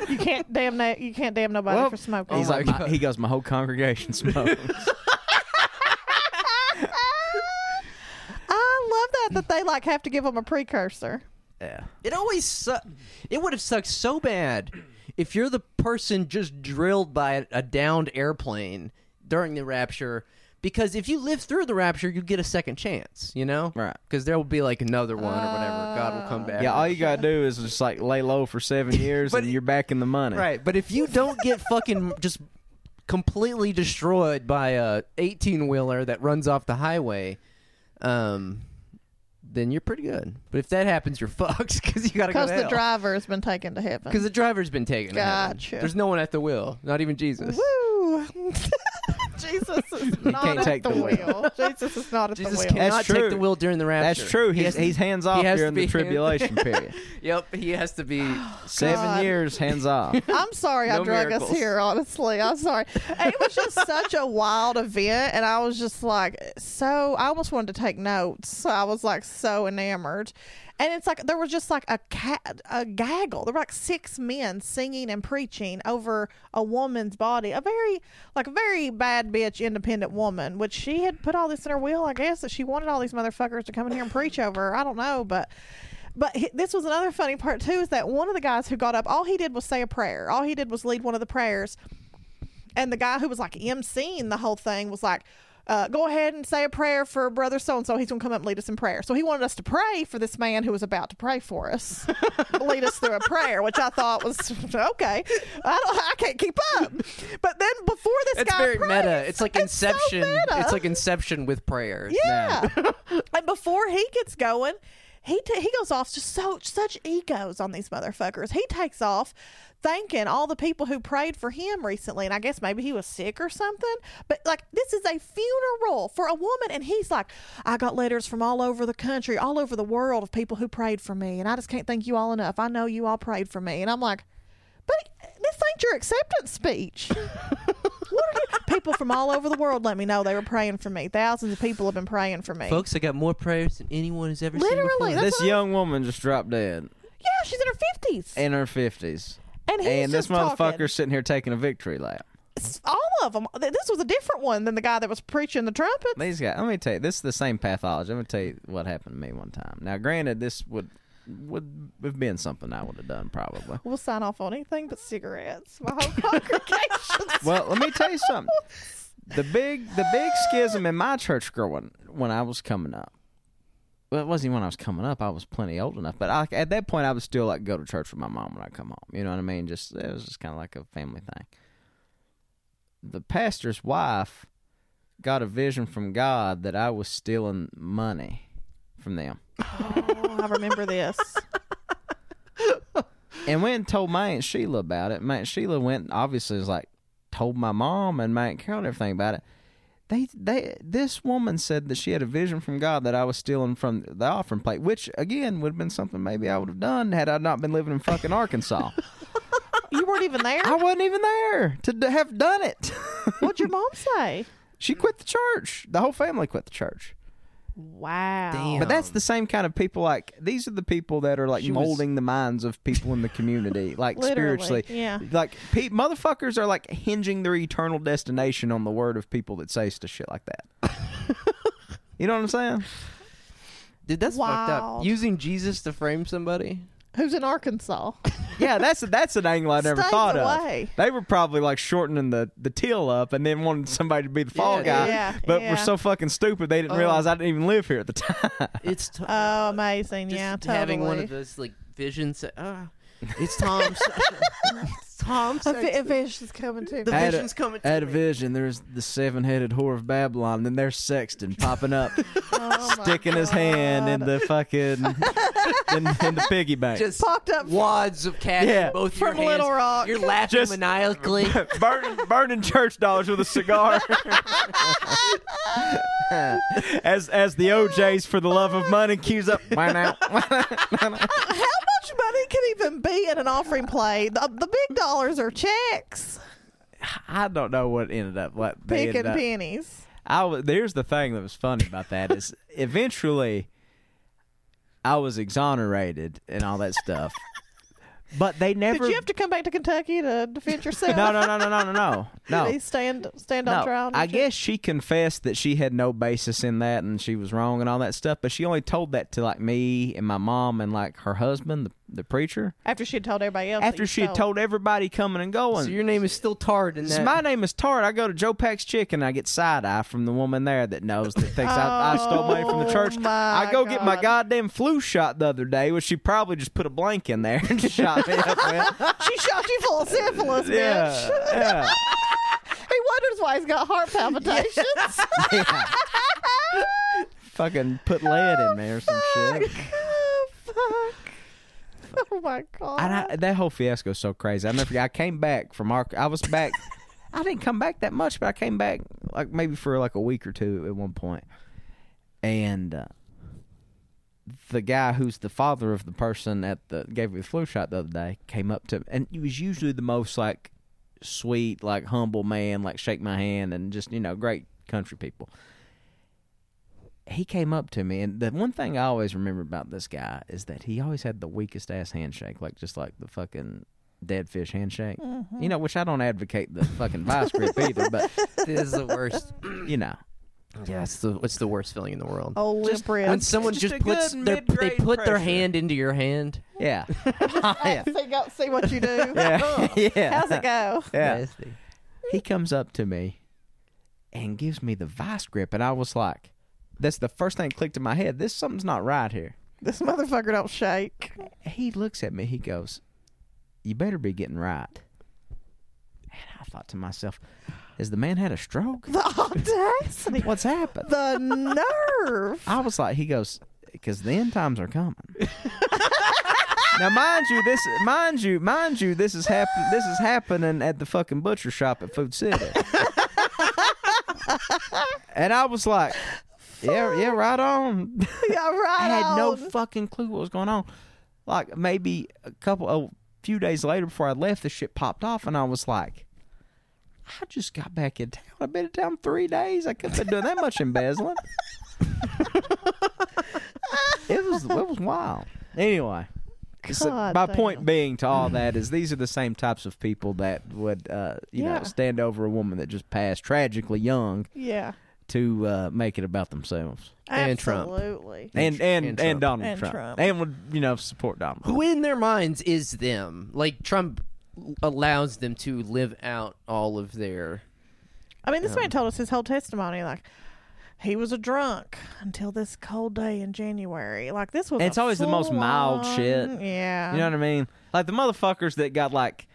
Speaker 2: you can't damn na- you can't damn nobody
Speaker 3: Well,
Speaker 2: for smoking.
Speaker 3: He's
Speaker 1: my
Speaker 3: like, my-
Speaker 1: God.
Speaker 3: he goes, "My whole congregation smokes."
Speaker 2: I love that that they like have to give them a precursor.
Speaker 3: yeah.
Speaker 1: It always su- it would have sucked so bad if you're the person just drilled by a, a downed airplane during the rapture because if you live through the rapture you get a second chance, you know?
Speaker 3: Right. Ah.
Speaker 1: Cuz there will be like another one or whatever. God will come back.
Speaker 3: Yeah, all you gotta do is just like lay low for seven years,
Speaker 1: But-
Speaker 3: and you're back in the money.
Speaker 1: right, but if you don't get fucking just completely destroyed by a 18-wheeler that runs off the highway, um then you're pretty good. But if that happens, you're fucked because you got to go
Speaker 2: Because
Speaker 1: to
Speaker 2: the
Speaker 1: hell.
Speaker 2: driver has been taken to heaven.
Speaker 1: Because the driver's been taken. to heaven.
Speaker 2: Gotcha.
Speaker 1: There's no one at the wheel, not even Jesus.
Speaker 2: Woo Jesus is not
Speaker 3: can't
Speaker 2: at
Speaker 3: take
Speaker 2: the
Speaker 3: the wheel.
Speaker 2: wheel. Jesus is not at
Speaker 1: Jesus
Speaker 2: the wheel.
Speaker 1: cannot
Speaker 3: That's
Speaker 1: take
Speaker 3: true.
Speaker 1: the wheel during the rapture.
Speaker 3: That's true.
Speaker 1: He
Speaker 3: He's,
Speaker 1: has to-
Speaker 3: he's hands off
Speaker 1: he has to
Speaker 3: during the
Speaker 1: be-
Speaker 3: tribulation period.
Speaker 1: Yep, he has to be.
Speaker 3: Seven
Speaker 2: God.
Speaker 3: years hands off.
Speaker 2: I'm sorry I
Speaker 1: No
Speaker 2: drug us
Speaker 1: miracles.
Speaker 2: here, honestly. I'm sorry. It was just such a wild event, and I was just like, so I almost wanted to take notes. So I was like, so enamored. And it's like there was just like a cat, a gaggle. There were like six men singing and preaching over a woman's body, a very like very bad bitch independent woman. Which she had put all this in her will, I guess, that she wanted all these motherfuckers to come in here and preach over. her. I don't know, but but he, this was another funny part too is that one of the guys who got up, all he did was say a prayer. All he did was lead one of the prayers. And the guy who was like emceeing the whole thing was like, uh, go ahead and say a prayer for brother so and so. He's going to come up and lead us in prayer. So he wanted us to pray for this man who was about to pray for us, lead us through a prayer, which I thought was okay. I don't, I can't keep up. But then before this
Speaker 1: It's
Speaker 2: guy,
Speaker 1: very
Speaker 2: prays,
Speaker 1: meta. It's like
Speaker 2: it's so
Speaker 1: Inception.
Speaker 2: meta.
Speaker 1: It's like Inception with prayer.
Speaker 2: Yeah. and before he gets going, he ta he goes off just so such egos on these motherfuckers. He takes off thanking all the people who prayed for him recently, and I guess maybe he was sick or something. But like this is a funeral for a woman, and he's like, I got letters from all over the country, all over the world of people who prayed for me, and I just can't thank you all enough. I know you all prayed for me, and I'm like, but this ain't your acceptance speech. What are you- people from all over the world let me know they were praying for me. Thousands of people have been praying for me.
Speaker 1: Folks, I got more prayers than anyone has ever
Speaker 2: Literally,
Speaker 1: seen. before.
Speaker 2: that's-
Speaker 3: this young woman just dropped dead
Speaker 2: Yeah, she's in her fifties, and,
Speaker 3: in her fifties,
Speaker 2: he's
Speaker 3: and
Speaker 2: just
Speaker 3: this
Speaker 2: talking.
Speaker 3: motherfucker's sitting here taking a victory lap.
Speaker 2: It's all of them. Th- This was a different one than the guy that was preaching the trumpet.
Speaker 3: These guys. Let me tell you, this is the same pathology. Let me tell you what happened to me one time. Now, granted, this would would have been something I would have done probably.
Speaker 2: We'll sign off on anything but cigarettes. My whole congregation.
Speaker 3: Well, let me tell you something. The big the big schism in my church growing when I was coming up. Well, it wasn't even when I was coming up. I was plenty old enough, but I, at that point, I would still like go to church with my mom when I come home. You know what I mean? Just it was just kind of like a family thing. The pastor's wife got a vision from God that I was stealing money from them.
Speaker 2: oh, I remember this.
Speaker 3: and went and told my aunt Sheila about it. My aunt Sheila went and obviously was like told my mom and my aunt Carol and everything about it. They they this woman said that she had a vision from God that I was stealing from the offering plate, which again would have been something maybe I would have done had I not been living in fucking Arkansas.
Speaker 2: You weren't even there.
Speaker 3: I wasn't even there to d- have done it.
Speaker 2: What'd your mom say?
Speaker 3: she quit the church. The whole family quit the church.
Speaker 2: Wow.
Speaker 1: Damn.
Speaker 3: But that's the same kind of people. Like these are the people that are like
Speaker 1: She was-
Speaker 3: molding the minds of people in the community, like
Speaker 2: Literally,
Speaker 3: spiritually.
Speaker 2: yeah.
Speaker 3: Like pe- motherfuckers are like hinging their eternal destination on the word of people that say stuff shit like that. you know what I'm saying?
Speaker 1: Dude, that's fucked up.
Speaker 2: Wild.
Speaker 1: Using Jesus to frame somebody.
Speaker 2: Who's in Arkansas?
Speaker 3: Yeah, that's that's an angle I never
Speaker 2: Stays
Speaker 3: thought
Speaker 2: away.
Speaker 3: of. They were probably like shortening the the till up and then wanted somebody to be the fall
Speaker 1: Yeah,
Speaker 3: guy.
Speaker 2: yeah,
Speaker 3: but
Speaker 2: yeah.
Speaker 3: we're so fucking stupid they didn't
Speaker 1: Oh.
Speaker 3: realize I didn't even live here at the time.
Speaker 1: It's t-
Speaker 2: Oh, amazing.
Speaker 1: just
Speaker 2: yeah, totally.
Speaker 1: having one of those like visions. that, Uh, it's Tom. Se- it's Tom.
Speaker 2: A fi- a
Speaker 1: Sexton.
Speaker 2: fish is coming to
Speaker 1: The
Speaker 2: me.
Speaker 3: Had a-
Speaker 1: vision's coming. To
Speaker 3: At a
Speaker 1: me.
Speaker 3: vision, there's the seven headed whore of Babylon, and then there's Sexton popping up,
Speaker 2: Oh, my
Speaker 3: sticking his hand in
Speaker 2: God.
Speaker 3: the fucking in, in the piggy bank.
Speaker 1: Just
Speaker 2: Popped up
Speaker 1: wads of cash
Speaker 3: Yeah.
Speaker 1: in both
Speaker 2: From
Speaker 1: your hands.
Speaker 2: Little Rock.
Speaker 1: You're laughing
Speaker 3: Just-
Speaker 1: maniacally.
Speaker 3: burning burning church dollars with a cigar. as as the OJs for the love of money cues up. Why now?
Speaker 2: How much money can even be in an offering plate? The, the big dollars are checks,
Speaker 3: I don't know what ended up what they
Speaker 2: pick
Speaker 3: ended
Speaker 2: and
Speaker 3: up.
Speaker 2: pennies.
Speaker 3: I was, there's the thing that was funny about that is eventually I was exonerated and all that stuff. But they never
Speaker 2: Did you have to come back to Kentucky to defend yourself?
Speaker 3: No, no, no, no, no, no, no.
Speaker 2: Did he
Speaker 3: No.
Speaker 2: stand stand on trial?
Speaker 3: No,
Speaker 2: and
Speaker 3: I
Speaker 2: shit?
Speaker 3: guess she confessed that she had no basis in that and she was wrong and all that stuff, but she only told that to like me and my mom and like her husband, the, the preacher,
Speaker 2: after she had told everybody else. that
Speaker 3: after
Speaker 2: you
Speaker 3: she had
Speaker 2: stole.
Speaker 3: told everybody coming and going.
Speaker 1: So your name is still tarred in
Speaker 3: So
Speaker 1: that.
Speaker 3: my name is Tart. I go to Joe Pack's Chicken. I get side eye from the woman there that knows that thinks I, I stole money from the
Speaker 2: Oh,
Speaker 3: church.
Speaker 2: my
Speaker 3: I go get my
Speaker 2: God.
Speaker 3: goddamn flu shot the other day, which she probably just put a blank in there and shot me up with.
Speaker 2: she shot you full of syphilis,
Speaker 3: Yeah,
Speaker 2: bitch.
Speaker 3: yeah,
Speaker 2: He wonders why he's got heart palpitations.
Speaker 3: yeah. Fucking put lead in there or some shit.
Speaker 2: Oh, fuck. Oh my god.
Speaker 3: And I, that whole fiasco is so crazy. I never forget. I came back from our. I was back. I didn't come back that much, but I came back like maybe for like a week or two at one point. And uh, the guy who's the father of the person at the gave me the flu shot the other day came up to me, and he was usually the most like sweet, like humble man, like shake my hand and just you know great country people. He came up to me, and the one thing I always remember about this guy is that he always had the weakest ass handshake, like just like the fucking dead fish handshake. You know, which I don't advocate the fucking vice grip either, but
Speaker 1: This is the worst.
Speaker 3: you know,
Speaker 1: Yeah, it's the it's the worst feeling in the world.
Speaker 2: oh,
Speaker 3: just-
Speaker 2: limp
Speaker 1: when
Speaker 2: wrist.
Speaker 1: someone
Speaker 3: just
Speaker 1: just
Speaker 3: a
Speaker 1: puts
Speaker 3: good
Speaker 1: their they
Speaker 3: mid-grade
Speaker 1: put their
Speaker 3: pressure.
Speaker 1: hand into your hand.
Speaker 3: yeah, yeah,
Speaker 2: See, go, see what you do.
Speaker 3: yeah, yeah.
Speaker 2: How's it go?
Speaker 3: Yeah.
Speaker 1: Nasty.
Speaker 3: he comes up to me and gives me the vice grip and i was like that's the first thing that clicked in my head this something's not right here
Speaker 2: This motherfucker don't shake.
Speaker 3: he looks at me he goes you better be getting right and i thought to myself has the man had a stroke
Speaker 2: The audacity.
Speaker 3: what's happened
Speaker 2: the nerve.
Speaker 3: i was like he goes because the end times are coming now mind you this mind you mind you this is happen this is happening at the fucking butcher shop at food city and i was like yeah yeah right on
Speaker 2: Yeah, right.
Speaker 3: I had no
Speaker 2: on.
Speaker 3: fucking clue what was going on. Like maybe a couple, a few days later before I left, the shit popped off, and I was like, I just got back in town. I've been in town three days. I couldn't have been doing that much embezzling. it was it was wild. Anyway, So
Speaker 2: God
Speaker 3: my
Speaker 2: damn.
Speaker 3: point being to all that is these are the same types of people that would uh, you
Speaker 2: Yeah.
Speaker 3: know stand over a woman that just passed tragically young
Speaker 2: Yeah.
Speaker 3: to uh, make it about themselves
Speaker 1: And Trump.
Speaker 2: Absolutely.
Speaker 3: and and
Speaker 1: And
Speaker 3: and,
Speaker 1: Trump.
Speaker 3: Donald
Speaker 2: And
Speaker 3: Trump.
Speaker 2: Trump.
Speaker 3: and would you know support Donald
Speaker 1: who in their minds is them. Like Trump allows them to live out all of their.
Speaker 2: I mean, this
Speaker 3: Um,
Speaker 2: man told us his whole testimony. Like, he was a drunk until this cold day in January. Like, this was.
Speaker 3: And it's
Speaker 2: a
Speaker 3: always the most mild
Speaker 2: full-on-
Speaker 3: shit.
Speaker 2: Yeah.
Speaker 3: You know what I mean? Like the motherfuckers that got like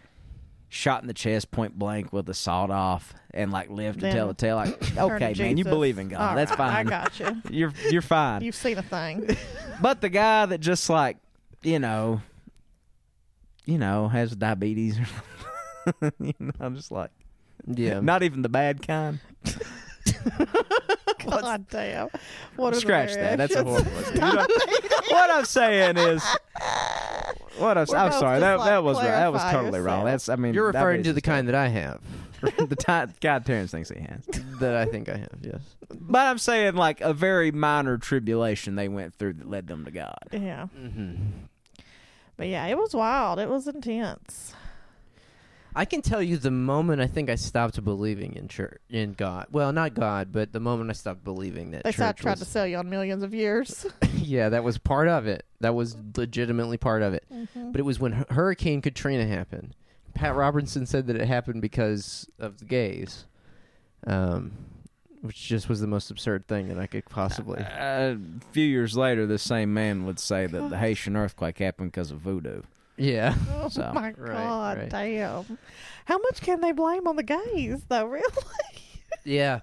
Speaker 3: shot in the chest point blank with a sawed off and like lived to
Speaker 2: Them.
Speaker 3: tell the tale. Like,
Speaker 2: Turn to
Speaker 3: okay, man, you
Speaker 2: Jesus.
Speaker 3: believe in God.
Speaker 2: All
Speaker 3: That's
Speaker 2: right, I
Speaker 3: fine.
Speaker 2: got you.
Speaker 3: You're you're fine.
Speaker 2: You've seen a thing.
Speaker 3: But the guy that just like, you know, you know, has diabetes or something. you know, I'm just like
Speaker 1: Yeah.
Speaker 3: not even the bad kind.
Speaker 2: God damn. What are the
Speaker 3: Scratch that. That's a
Speaker 2: variations?
Speaker 3: horrible. you know, what I'm saying is what I'm,
Speaker 2: We're
Speaker 3: I'm
Speaker 2: both
Speaker 3: sorry.
Speaker 2: just,
Speaker 3: That
Speaker 2: like,
Speaker 3: that was right. that was
Speaker 2: clarify
Speaker 3: totally wrong.
Speaker 2: yourself.
Speaker 3: That's I mean
Speaker 1: You're referring
Speaker 3: diabetes
Speaker 1: to the
Speaker 3: is terrible.
Speaker 1: kind that I have,
Speaker 3: the ti- God Terrence thinks he has.
Speaker 1: that I think I have. Yes.
Speaker 3: But I'm saying like a very minor tribulation they went through that led them to God.
Speaker 2: Yeah.
Speaker 1: Mm-hmm.
Speaker 2: But yeah, it was wild. It was intense.
Speaker 1: I can tell you the moment I think I stopped believing in church, in God. Well, not God, but the moment I stopped believing that
Speaker 2: They
Speaker 1: church
Speaker 2: tried tried to
Speaker 1: was-
Speaker 2: sell you on millions of years.
Speaker 1: yeah, that was part of it. That was legitimately part of it.
Speaker 2: Mm-hmm.
Speaker 1: But it was when Hu- Hurricane Katrina happened. Pat Robertson said that it happened because of the gays, um, which just was the most absurd thing that I could
Speaker 2: Uh,
Speaker 1: possibly.
Speaker 3: Uh, A few years later, this same man would say that the Haitian earthquake happened because of voodoo.
Speaker 1: Yeah.
Speaker 2: Oh
Speaker 3: So,
Speaker 2: my
Speaker 1: right,
Speaker 2: god,
Speaker 1: right.
Speaker 2: damn! How much can they blame on the gays, though? Really?
Speaker 1: Yeah.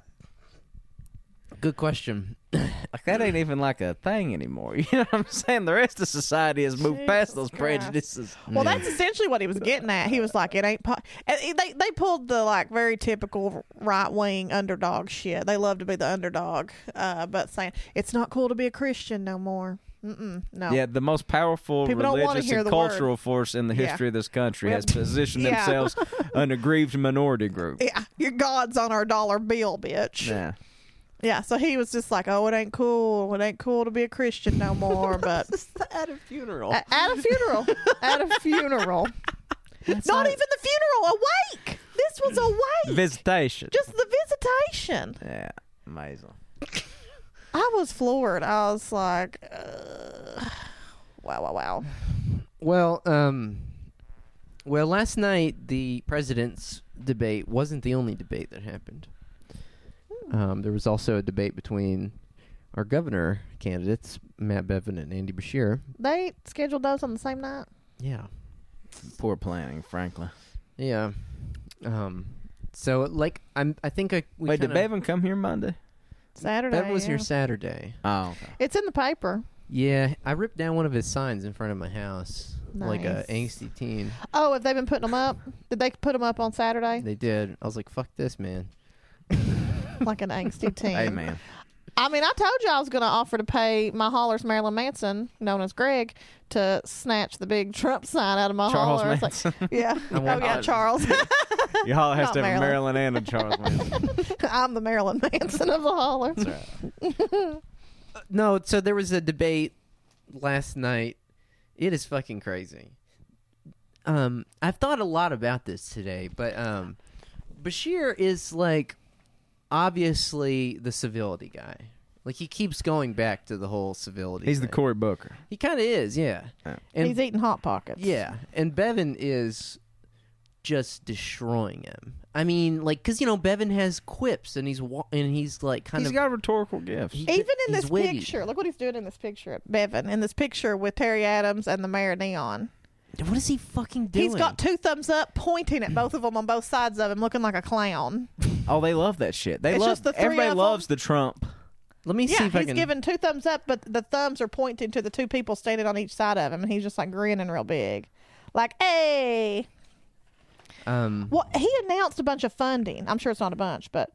Speaker 1: Good question.
Speaker 3: Like that ain't even like a thing anymore. You know what I'm saying? The rest of society has moved past
Speaker 2: Jesus
Speaker 3: those
Speaker 2: Christ.
Speaker 3: prejudices.
Speaker 2: Well, that's essentially what he was getting at. He was like, "It ain't." Po-. And it- they they pulled the like very typical right wing underdog shit. They love to be the underdog, uh, but saying it's not cool to be a Christian no more. Mm-mm, no.
Speaker 3: Yeah, the most powerful
Speaker 2: People don't wanna
Speaker 3: religious
Speaker 2: hear
Speaker 3: and
Speaker 2: the word.
Speaker 3: cultural force in the
Speaker 2: Yeah.
Speaker 3: history of this country
Speaker 2: We
Speaker 3: has
Speaker 2: have-
Speaker 3: positioned
Speaker 2: Yeah.
Speaker 3: themselves an aggrieved minority group.
Speaker 2: Yeah, your god's on our dollar bill, bitch.
Speaker 3: Yeah.
Speaker 2: Yeah, so he was just like, "Oh, it ain't cool. It ain't cool to be a Christian no more." But
Speaker 1: At a funeral.
Speaker 2: A- at a funeral, at a funeral, not even the funeral. Awake. This was awake.
Speaker 3: Visitation.
Speaker 2: Just the visitation.
Speaker 3: yeah. Amazing.
Speaker 2: I was floored. I was like, uh, wow, wow, wow.
Speaker 1: Well, um, well, last night the president's debate wasn't the only debate that happened. Um, there was also a debate between our governor candidates, Matt Bevin and Andy Bashir.
Speaker 2: They scheduled those on the same night.
Speaker 1: Yeah,
Speaker 3: Poor planning, frankly.
Speaker 1: yeah. Um, so like I'm, I think I we
Speaker 3: Wait,
Speaker 1: kinda-
Speaker 3: did Bevin come here Monday?
Speaker 2: Saturday.
Speaker 1: Bevin was
Speaker 2: yeah.
Speaker 1: here Saturday.
Speaker 3: Oh, okay.
Speaker 2: It's in the paper.
Speaker 1: Yeah, I ripped down one of his signs in front of my house, like a
Speaker 2: Nice.
Speaker 1: angsty teen.
Speaker 2: Oh, have they been putting them up? Did they put them up on Saturday?
Speaker 1: They did. I was like, "Fuck this, man."
Speaker 2: like an angsty teen.
Speaker 3: Hey, man.
Speaker 2: I mean, I told you I was going to offer to pay my haulers, Marilyn Manson, known as Greg, to snatch the big Trump sign out of my
Speaker 3: Charles
Speaker 2: hauler. It's like-
Speaker 3: Manson.
Speaker 2: yeah.
Speaker 1: I
Speaker 2: Oh,
Speaker 1: want-
Speaker 2: yeah, Charles.
Speaker 3: you all
Speaker 2: have to Not have a Marilyn.
Speaker 3: and a Charles Manson.
Speaker 2: I'm the Marilyn Manson of the hauler.
Speaker 1: No, so there was a debate last night. It is fucking crazy. Um, I've thought a lot about this today, but um, Bashir is like obviously the civility guy. Like he keeps going back to the whole civility.
Speaker 3: He's the
Speaker 1: thing.
Speaker 3: Cory Booker.
Speaker 1: He kind of is, yeah.
Speaker 3: Yeah.
Speaker 1: And
Speaker 2: He's eating Hot Pockets.
Speaker 1: yeah, and Bevan is just destroying him. I mean, like, cause you know Bevan has quips, and he's wa- and he's like kind
Speaker 3: He's
Speaker 1: of
Speaker 3: got rhetorical gifts.
Speaker 1: he-
Speaker 2: Even in
Speaker 1: he's
Speaker 2: this
Speaker 1: witty.
Speaker 2: picture, look what he's doing in this picture, Bevan. In this picture with Terry Adams and the mayor Neon,
Speaker 1: What is he fucking doing?
Speaker 2: he's got two thumbs up, pointing at both of them on both sides of him, looking like a clown.
Speaker 3: Oh, they love that shit. They
Speaker 2: It's
Speaker 3: love.
Speaker 2: just the three
Speaker 3: everybody
Speaker 2: of 'em.
Speaker 3: loves the Trump.
Speaker 1: Let me see
Speaker 2: yeah,
Speaker 1: if I
Speaker 2: he's
Speaker 1: can.
Speaker 2: giving two thumbs up, but the thumbs are pointing to the two people standing on each side of him, and he's just like grinning real big, like "Hey!"
Speaker 1: um,
Speaker 2: Well, he announced a bunch of funding. I'm sure it's not a bunch, but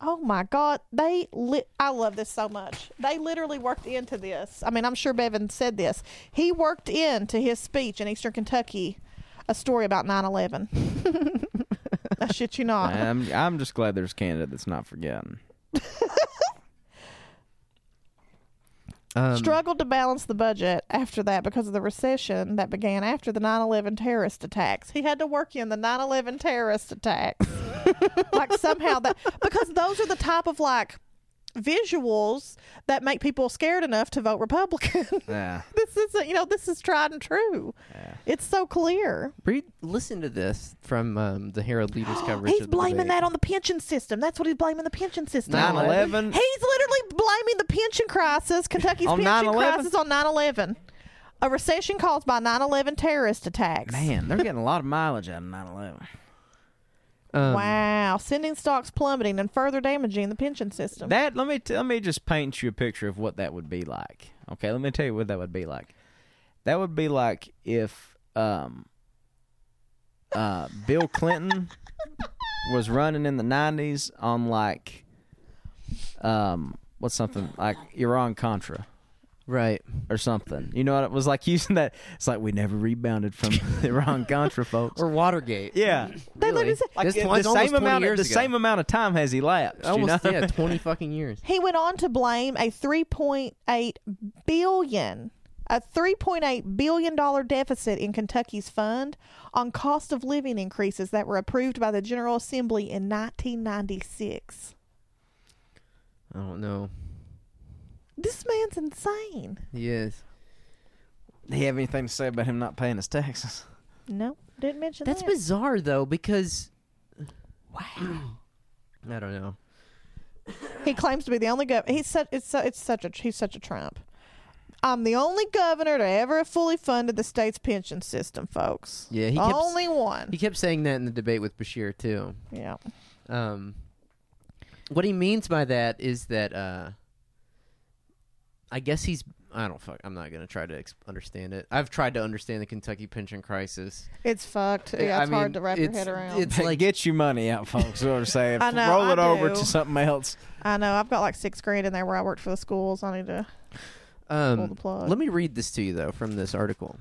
Speaker 2: oh my god, they lit. I love this so much. They literally worked into this. I mean, I'm sure Bevin said this. He worked into his speech in Eastern Kentucky a story about 9/11. I shit you not.
Speaker 3: I'm, I'm just glad there's Canada that's not forgotten.
Speaker 1: Um,
Speaker 2: struggled to balance the budget after that because of the recession that began after the 9/11 terrorist attacks. He had to work in the 9/11 terrorist attacks. like somehow that because those are the type of like visuals that make people scared enough to vote Republican.
Speaker 3: Yeah.
Speaker 2: this is you know this is tried and true.
Speaker 3: Yeah.
Speaker 2: It's so clear.
Speaker 1: read, listen to this from um, the Herald Leaders coverage.
Speaker 2: He's
Speaker 1: of the
Speaker 2: blaming
Speaker 1: debate.
Speaker 2: that on the pension system. That's what he's blaming the pension system. on.
Speaker 3: 9/11?
Speaker 2: He's literally blaming the pension crisis, Kentucky's
Speaker 3: On
Speaker 2: pension
Speaker 3: 9/11?
Speaker 2: crisis on 9/11. A recession caused by 9/11 terrorist attacks.
Speaker 3: Man, they're getting a lot of mileage out of 9/11.
Speaker 1: Um,
Speaker 2: Wow, sending stocks plummeting and further damaging the pension system.
Speaker 3: That let me t- let me just paint you a picture of what that would be like. Okay, let me tell you what that would be like. That would be like if um uh Bill Clinton was running in the 90s on like um what's something like Iran Contra
Speaker 1: Right.
Speaker 3: or something. You know what it was like using that it's like we never rebounded from Iran Contra folks.
Speaker 1: Or Watergate.
Speaker 3: yeah.
Speaker 2: They
Speaker 1: Really?
Speaker 2: literally said-
Speaker 1: This
Speaker 3: It-
Speaker 1: was
Speaker 3: the
Speaker 1: almost
Speaker 3: same
Speaker 1: 20
Speaker 3: amount of,
Speaker 1: years
Speaker 3: the
Speaker 1: ago.
Speaker 3: same amount of time has elapsed. you
Speaker 1: Almost,
Speaker 3: know?
Speaker 1: yeah, 20 fucking years.
Speaker 2: He went on to blame a 3.8 billion a 3.8 billion dollar deficit in Kentucky's fund on cost of living increases that were approved by the General Assembly in 1996.
Speaker 1: I don't know.
Speaker 2: This man's insane.
Speaker 1: Yes.
Speaker 3: Do you have anything to say about him not paying his taxes?
Speaker 2: No, didn't mention
Speaker 1: That's
Speaker 2: that.
Speaker 1: bizarre, though, because. Wow. I don't know.
Speaker 2: he claims to be the only governor. He's such it's su- it's such a he's such a Trump. I'm the only governor to ever have fully funded the state's pension system, folks.
Speaker 1: Yeah, he kept-
Speaker 2: only one.
Speaker 1: He kept saying that in the debate with Bashir, too.
Speaker 2: yeah.
Speaker 1: Um, what he means by that is that uh, I guess he's I don't fuck I'm not gonna try to ex- understand it. I've tried to understand the Kentucky pension crisis.
Speaker 2: It's fucked. Yeah,
Speaker 1: I
Speaker 2: it's
Speaker 1: mean,
Speaker 2: hard to wrap your
Speaker 1: it's-
Speaker 2: head around.
Speaker 1: it's like
Speaker 3: get your money out, folks. What I'm saying.
Speaker 2: I know,
Speaker 3: Roll it
Speaker 2: I
Speaker 3: over
Speaker 2: do.
Speaker 3: to something else.
Speaker 2: I know. I've got like six grand in there where I worked for the schools. I need to pull the
Speaker 1: um,
Speaker 2: plug.
Speaker 1: let me read this to you though from this article,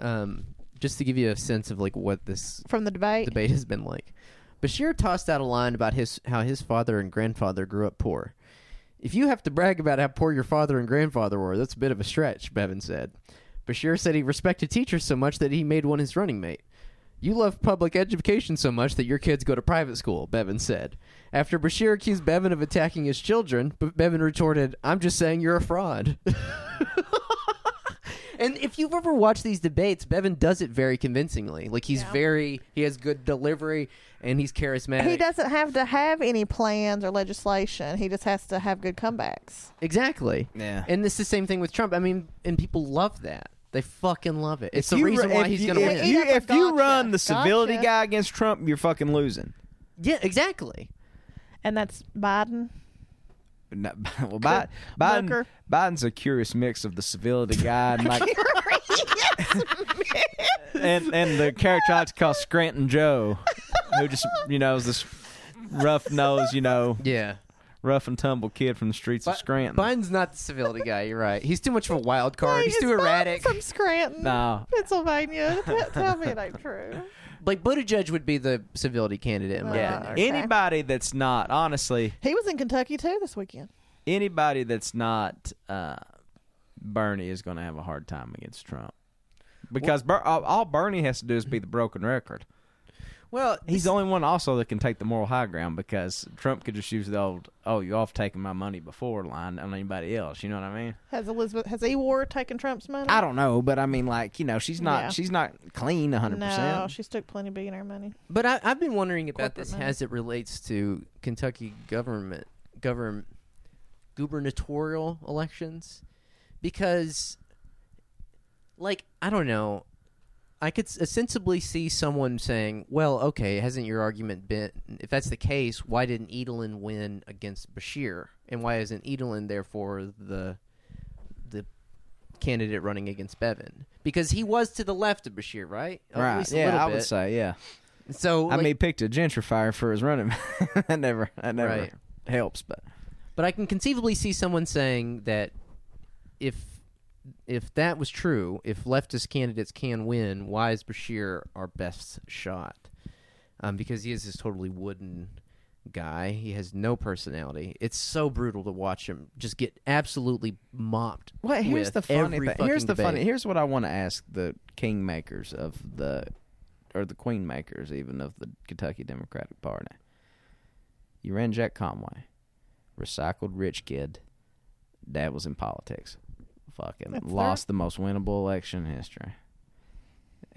Speaker 1: um, just to give you a sense of like what this
Speaker 2: from the debate.
Speaker 1: debate has been like. Bashir tossed out a line about his how his father and grandfather grew up poor. If you have to brag about how poor your father and grandfather were, that's a bit of a stretch, Bevin said. Bashir said he respected teachers so much that he made one his running mate. You love public education so much that your kids go to private school, Bevin said. After Bashir accused Bevin of attacking his children, B- Bevin retorted, I'm just saying you're a fraud. and if you've ever watched these debates, Bevin does it very convincingly. Like, he's very, he has good delivery, and he's charismatic.
Speaker 2: He doesn't have to have any plans or legislation. He just has to have good comebacks.
Speaker 1: Exactly.
Speaker 3: Yeah.
Speaker 1: And this is the same thing with Trump. I mean, and people love that. They fucking love it. It's
Speaker 3: If
Speaker 1: the
Speaker 3: you
Speaker 1: reason
Speaker 3: ru-
Speaker 1: why
Speaker 3: if
Speaker 1: he's
Speaker 3: you-
Speaker 1: going to
Speaker 3: if
Speaker 1: win.
Speaker 2: Yeah,
Speaker 3: You,
Speaker 2: that's a
Speaker 3: if you
Speaker 2: gotcha.
Speaker 3: run the civility
Speaker 2: Gotcha.
Speaker 3: guy against Trump, you're fucking losing.
Speaker 1: yeah, exactly.
Speaker 2: And that's Biden.
Speaker 3: No, well, Bi- Biden,
Speaker 2: Booker.
Speaker 3: Biden's a curious mix of the civility guy and like and and the character I like to call Scranton Joe, who just you know is this rough nose, you know,
Speaker 1: Yeah.
Speaker 3: rough and tumble kid from the streets of Scranton.
Speaker 1: Biden's not the civility guy. You're right. He's too much of a wild card. He's
Speaker 2: It's
Speaker 1: too
Speaker 2: Biden
Speaker 1: erratic.
Speaker 2: From Scranton,
Speaker 3: No.
Speaker 2: Pennsylvania. T- Tell me it ain't true.
Speaker 1: Like Buttigieg would be the civility candidate. In my
Speaker 2: Yeah.
Speaker 1: opinion.
Speaker 2: okay.
Speaker 3: Anybody that's not honestly,
Speaker 2: He was in Kentucky too this weekend.
Speaker 3: anybody that's not uh, Bernie is going to have a hard time against Trump because Ber- all all Bernie has to do is be the broken record.
Speaker 1: Well,
Speaker 3: He's
Speaker 1: this-
Speaker 3: the only one also that can take the moral high ground because Trump could just use the old "oh you off taking my money before" line on anybody else. You know what I mean?
Speaker 2: Has Elizabeth? Has E Ward taken Trump's money?
Speaker 3: I don't know, but I mean like you know she's not
Speaker 2: Yeah.
Speaker 3: she's not clean hundred
Speaker 2: No,
Speaker 3: percent.
Speaker 2: she's took plenty of billionaire money.
Speaker 1: but I, I've been wondering about this
Speaker 2: Corporate
Speaker 1: as it relates to Kentucky government govern gubernatorial elections, because, like, I don't know. I could s- sensibly see someone saying, "Well, okay, hasn't your argument been? If that's the case, why didn't Edelin win against Bashir, and why isn't Edelin therefore the the candidate running against Bevin? Because he was to the left of Bashir, right? Or at
Speaker 3: Right?
Speaker 1: least a
Speaker 3: Yeah,
Speaker 1: little
Speaker 3: I would
Speaker 1: bit.
Speaker 3: say yeah.
Speaker 1: So
Speaker 3: I
Speaker 1: like,
Speaker 3: mean, he picked a gentrifier for his running. mate. that never that never
Speaker 1: Right.
Speaker 3: helps, but
Speaker 1: But I can conceivably see someone saying that if if that was true, if leftist candidates can win, why is Bashir our best shot? Um, because he is this totally wooden guy. He has no personality. It's so brutal to watch him just get absolutely mopped.
Speaker 3: Well, here's
Speaker 1: with
Speaker 3: the funny
Speaker 1: every
Speaker 3: thing. Here's
Speaker 1: fucking
Speaker 3: the funny.
Speaker 1: debate.
Speaker 3: Here's what I want to ask the kingmakers of the, or the queen makers even of the Kentucky Democratic Party. You ran Jack Conway, recycled rich kid. Dad was in politics. Fucking
Speaker 2: That's
Speaker 3: lost the most winnable election in history.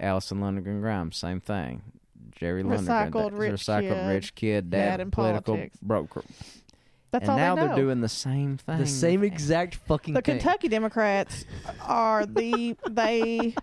Speaker 3: Allison Lundgren Grimes, same thing. Jerry Lundgren,
Speaker 2: Recycled
Speaker 3: da-
Speaker 2: rich
Speaker 3: recycled
Speaker 2: kid,
Speaker 3: rich kid, dad,
Speaker 2: dad in
Speaker 3: political
Speaker 2: politics.
Speaker 3: broker.
Speaker 2: That's
Speaker 3: and
Speaker 2: all
Speaker 3: now
Speaker 2: they know.
Speaker 3: are doing the same thing.
Speaker 1: the same exact fucking
Speaker 2: the
Speaker 1: thing.
Speaker 2: Kentucky Democrats are the they.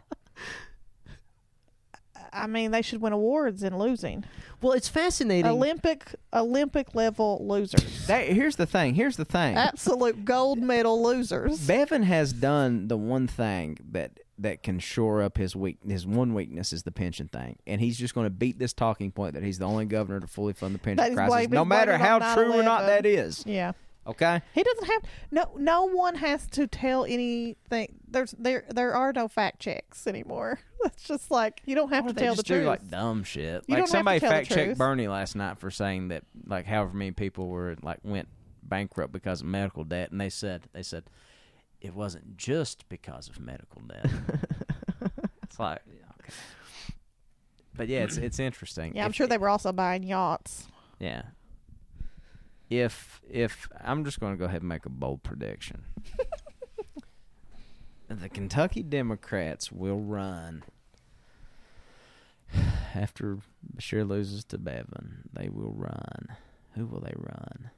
Speaker 2: I mean, they should win awards in losing.
Speaker 1: well, it's fascinating.
Speaker 2: Olympic Olympic level losers,
Speaker 3: That, here's the thing. Here's the thing.
Speaker 2: Uh, absolute gold medal losers.
Speaker 3: Bevin has done the one thing that that can shore up his weak his one weakness is the pension thing, and he's just going to beat this talking point that he's the only governor to fully fund the
Speaker 2: That
Speaker 3: pension
Speaker 2: he's
Speaker 3: crisis,
Speaker 2: blaming-
Speaker 3: no matter
Speaker 2: blaming
Speaker 3: how
Speaker 2: on
Speaker 3: true or not
Speaker 2: 9/11.
Speaker 3: that is.
Speaker 2: Yeah,
Speaker 3: Okay,
Speaker 2: he doesn't have no. No one has to tell anything. There's there there are no fact checks anymore. It's just like you don't have to tell the
Speaker 3: just do
Speaker 2: truth.
Speaker 3: like dumb shit.
Speaker 2: You don't have to
Speaker 3: like somebody
Speaker 2: tell the
Speaker 3: fact checked
Speaker 2: truth.
Speaker 3: Bernie last night for saying that like however many people were like went bankrupt because of medical debt, and they said they said it wasn't just because of medical debt. it's like. yeah, okay. But yeah, it's it's interesting.
Speaker 2: yeah, I'm
Speaker 3: If-
Speaker 2: sure they were also buying yachts.
Speaker 3: Yeah. If if I'm just going to go ahead and make a bold prediction, the Kentucky Democrats will run after Bashir loses to Bevin. They will run. Who will they run?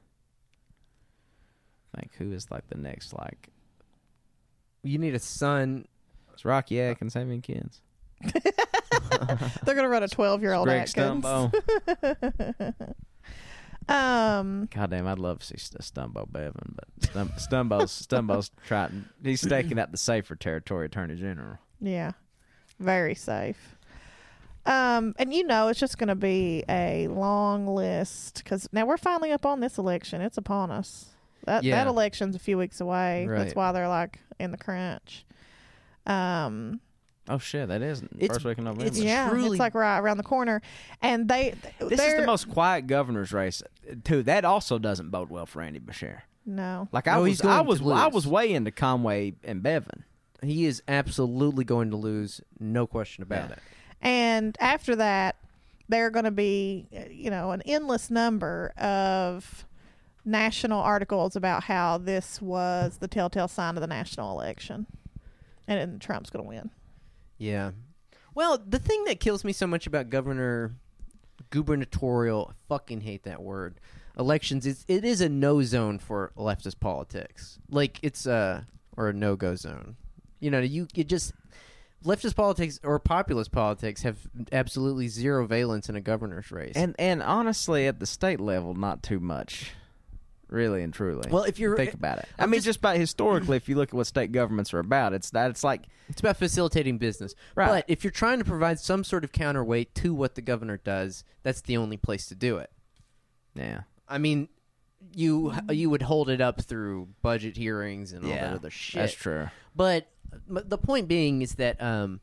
Speaker 3: Think who is like the next like?
Speaker 1: you need a son.
Speaker 3: It's Rocky Atkins having kids.
Speaker 2: They're gonna run a 12 year old
Speaker 3: Greg
Speaker 2: Atkins.
Speaker 3: Stumbo.
Speaker 2: Um,
Speaker 3: God damn, I'd love to see St- Stumbo Bevin, but Stum- Stumbo's Stumbo's trying. He's staking out the safer territory, Attorney General.
Speaker 2: yeah, very safe. Um, and you know, it's just gonna be a long list because now we're finally up on this election. It's upon us. That
Speaker 1: Yeah.
Speaker 2: that election's a few weeks away.
Speaker 3: Right.
Speaker 2: That's why they're like in the crunch. Um,
Speaker 3: Oh shit, that is
Speaker 1: It's-
Speaker 3: first week in November.
Speaker 1: It's
Speaker 2: yeah,
Speaker 1: truly-
Speaker 2: it's like right around the corner, and they
Speaker 3: this is
Speaker 2: they're-
Speaker 3: the most quiet governor's race too. That also doesn't bode well for Andy Bashir.
Speaker 2: no.
Speaker 3: Like I
Speaker 1: No, he's
Speaker 3: was, I
Speaker 1: going
Speaker 3: was,
Speaker 1: to lose.
Speaker 3: I was way into Conway and Bevin.
Speaker 1: He is absolutely going to lose, no question about
Speaker 3: Yeah.
Speaker 1: it.
Speaker 2: And after that, there are going to be, uh, you know, an endless number of national articles about how this was the telltale sign of the national election. And, then Trump's going to win.
Speaker 1: Yeah. Well, the thing that kills me so much about governor gubernatorial, I fucking hate that word. Elections is it is a no zone for leftist politics. Like it's a or a no go zone. You know, you it just leftist politics or populist politics have absolutely zero valence in a governor's race.
Speaker 3: And and honestly, at the state level, not too much, really and truly.
Speaker 1: well, if you're
Speaker 3: think about it. I
Speaker 1: I'm
Speaker 3: mean,
Speaker 1: just-
Speaker 3: just, by historically, if you look at what state governments are about, it's that it's like
Speaker 1: It's about facilitating business.
Speaker 3: Right.
Speaker 1: But if you're trying to provide some sort of counterweight to what the governor does, that's the only place to do it.
Speaker 3: yeah.
Speaker 1: I mean, you you would hold it up through budget hearings and all
Speaker 3: Yeah,
Speaker 1: that other shit.
Speaker 3: That's true.
Speaker 1: But m- the point being is that um,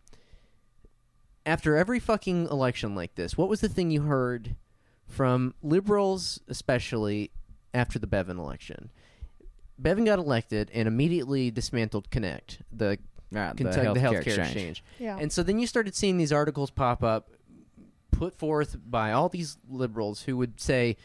Speaker 1: after every fucking election like this, what was the thing you heard from liberals, especially after the Bevin election? Bevin got elected and immediately dismantled Connect, the
Speaker 3: Right,
Speaker 1: Kentucky the healthcare, exchange.
Speaker 2: Yeah.
Speaker 1: And so then you started seeing these articles pop up, put forth by all these liberals who would say,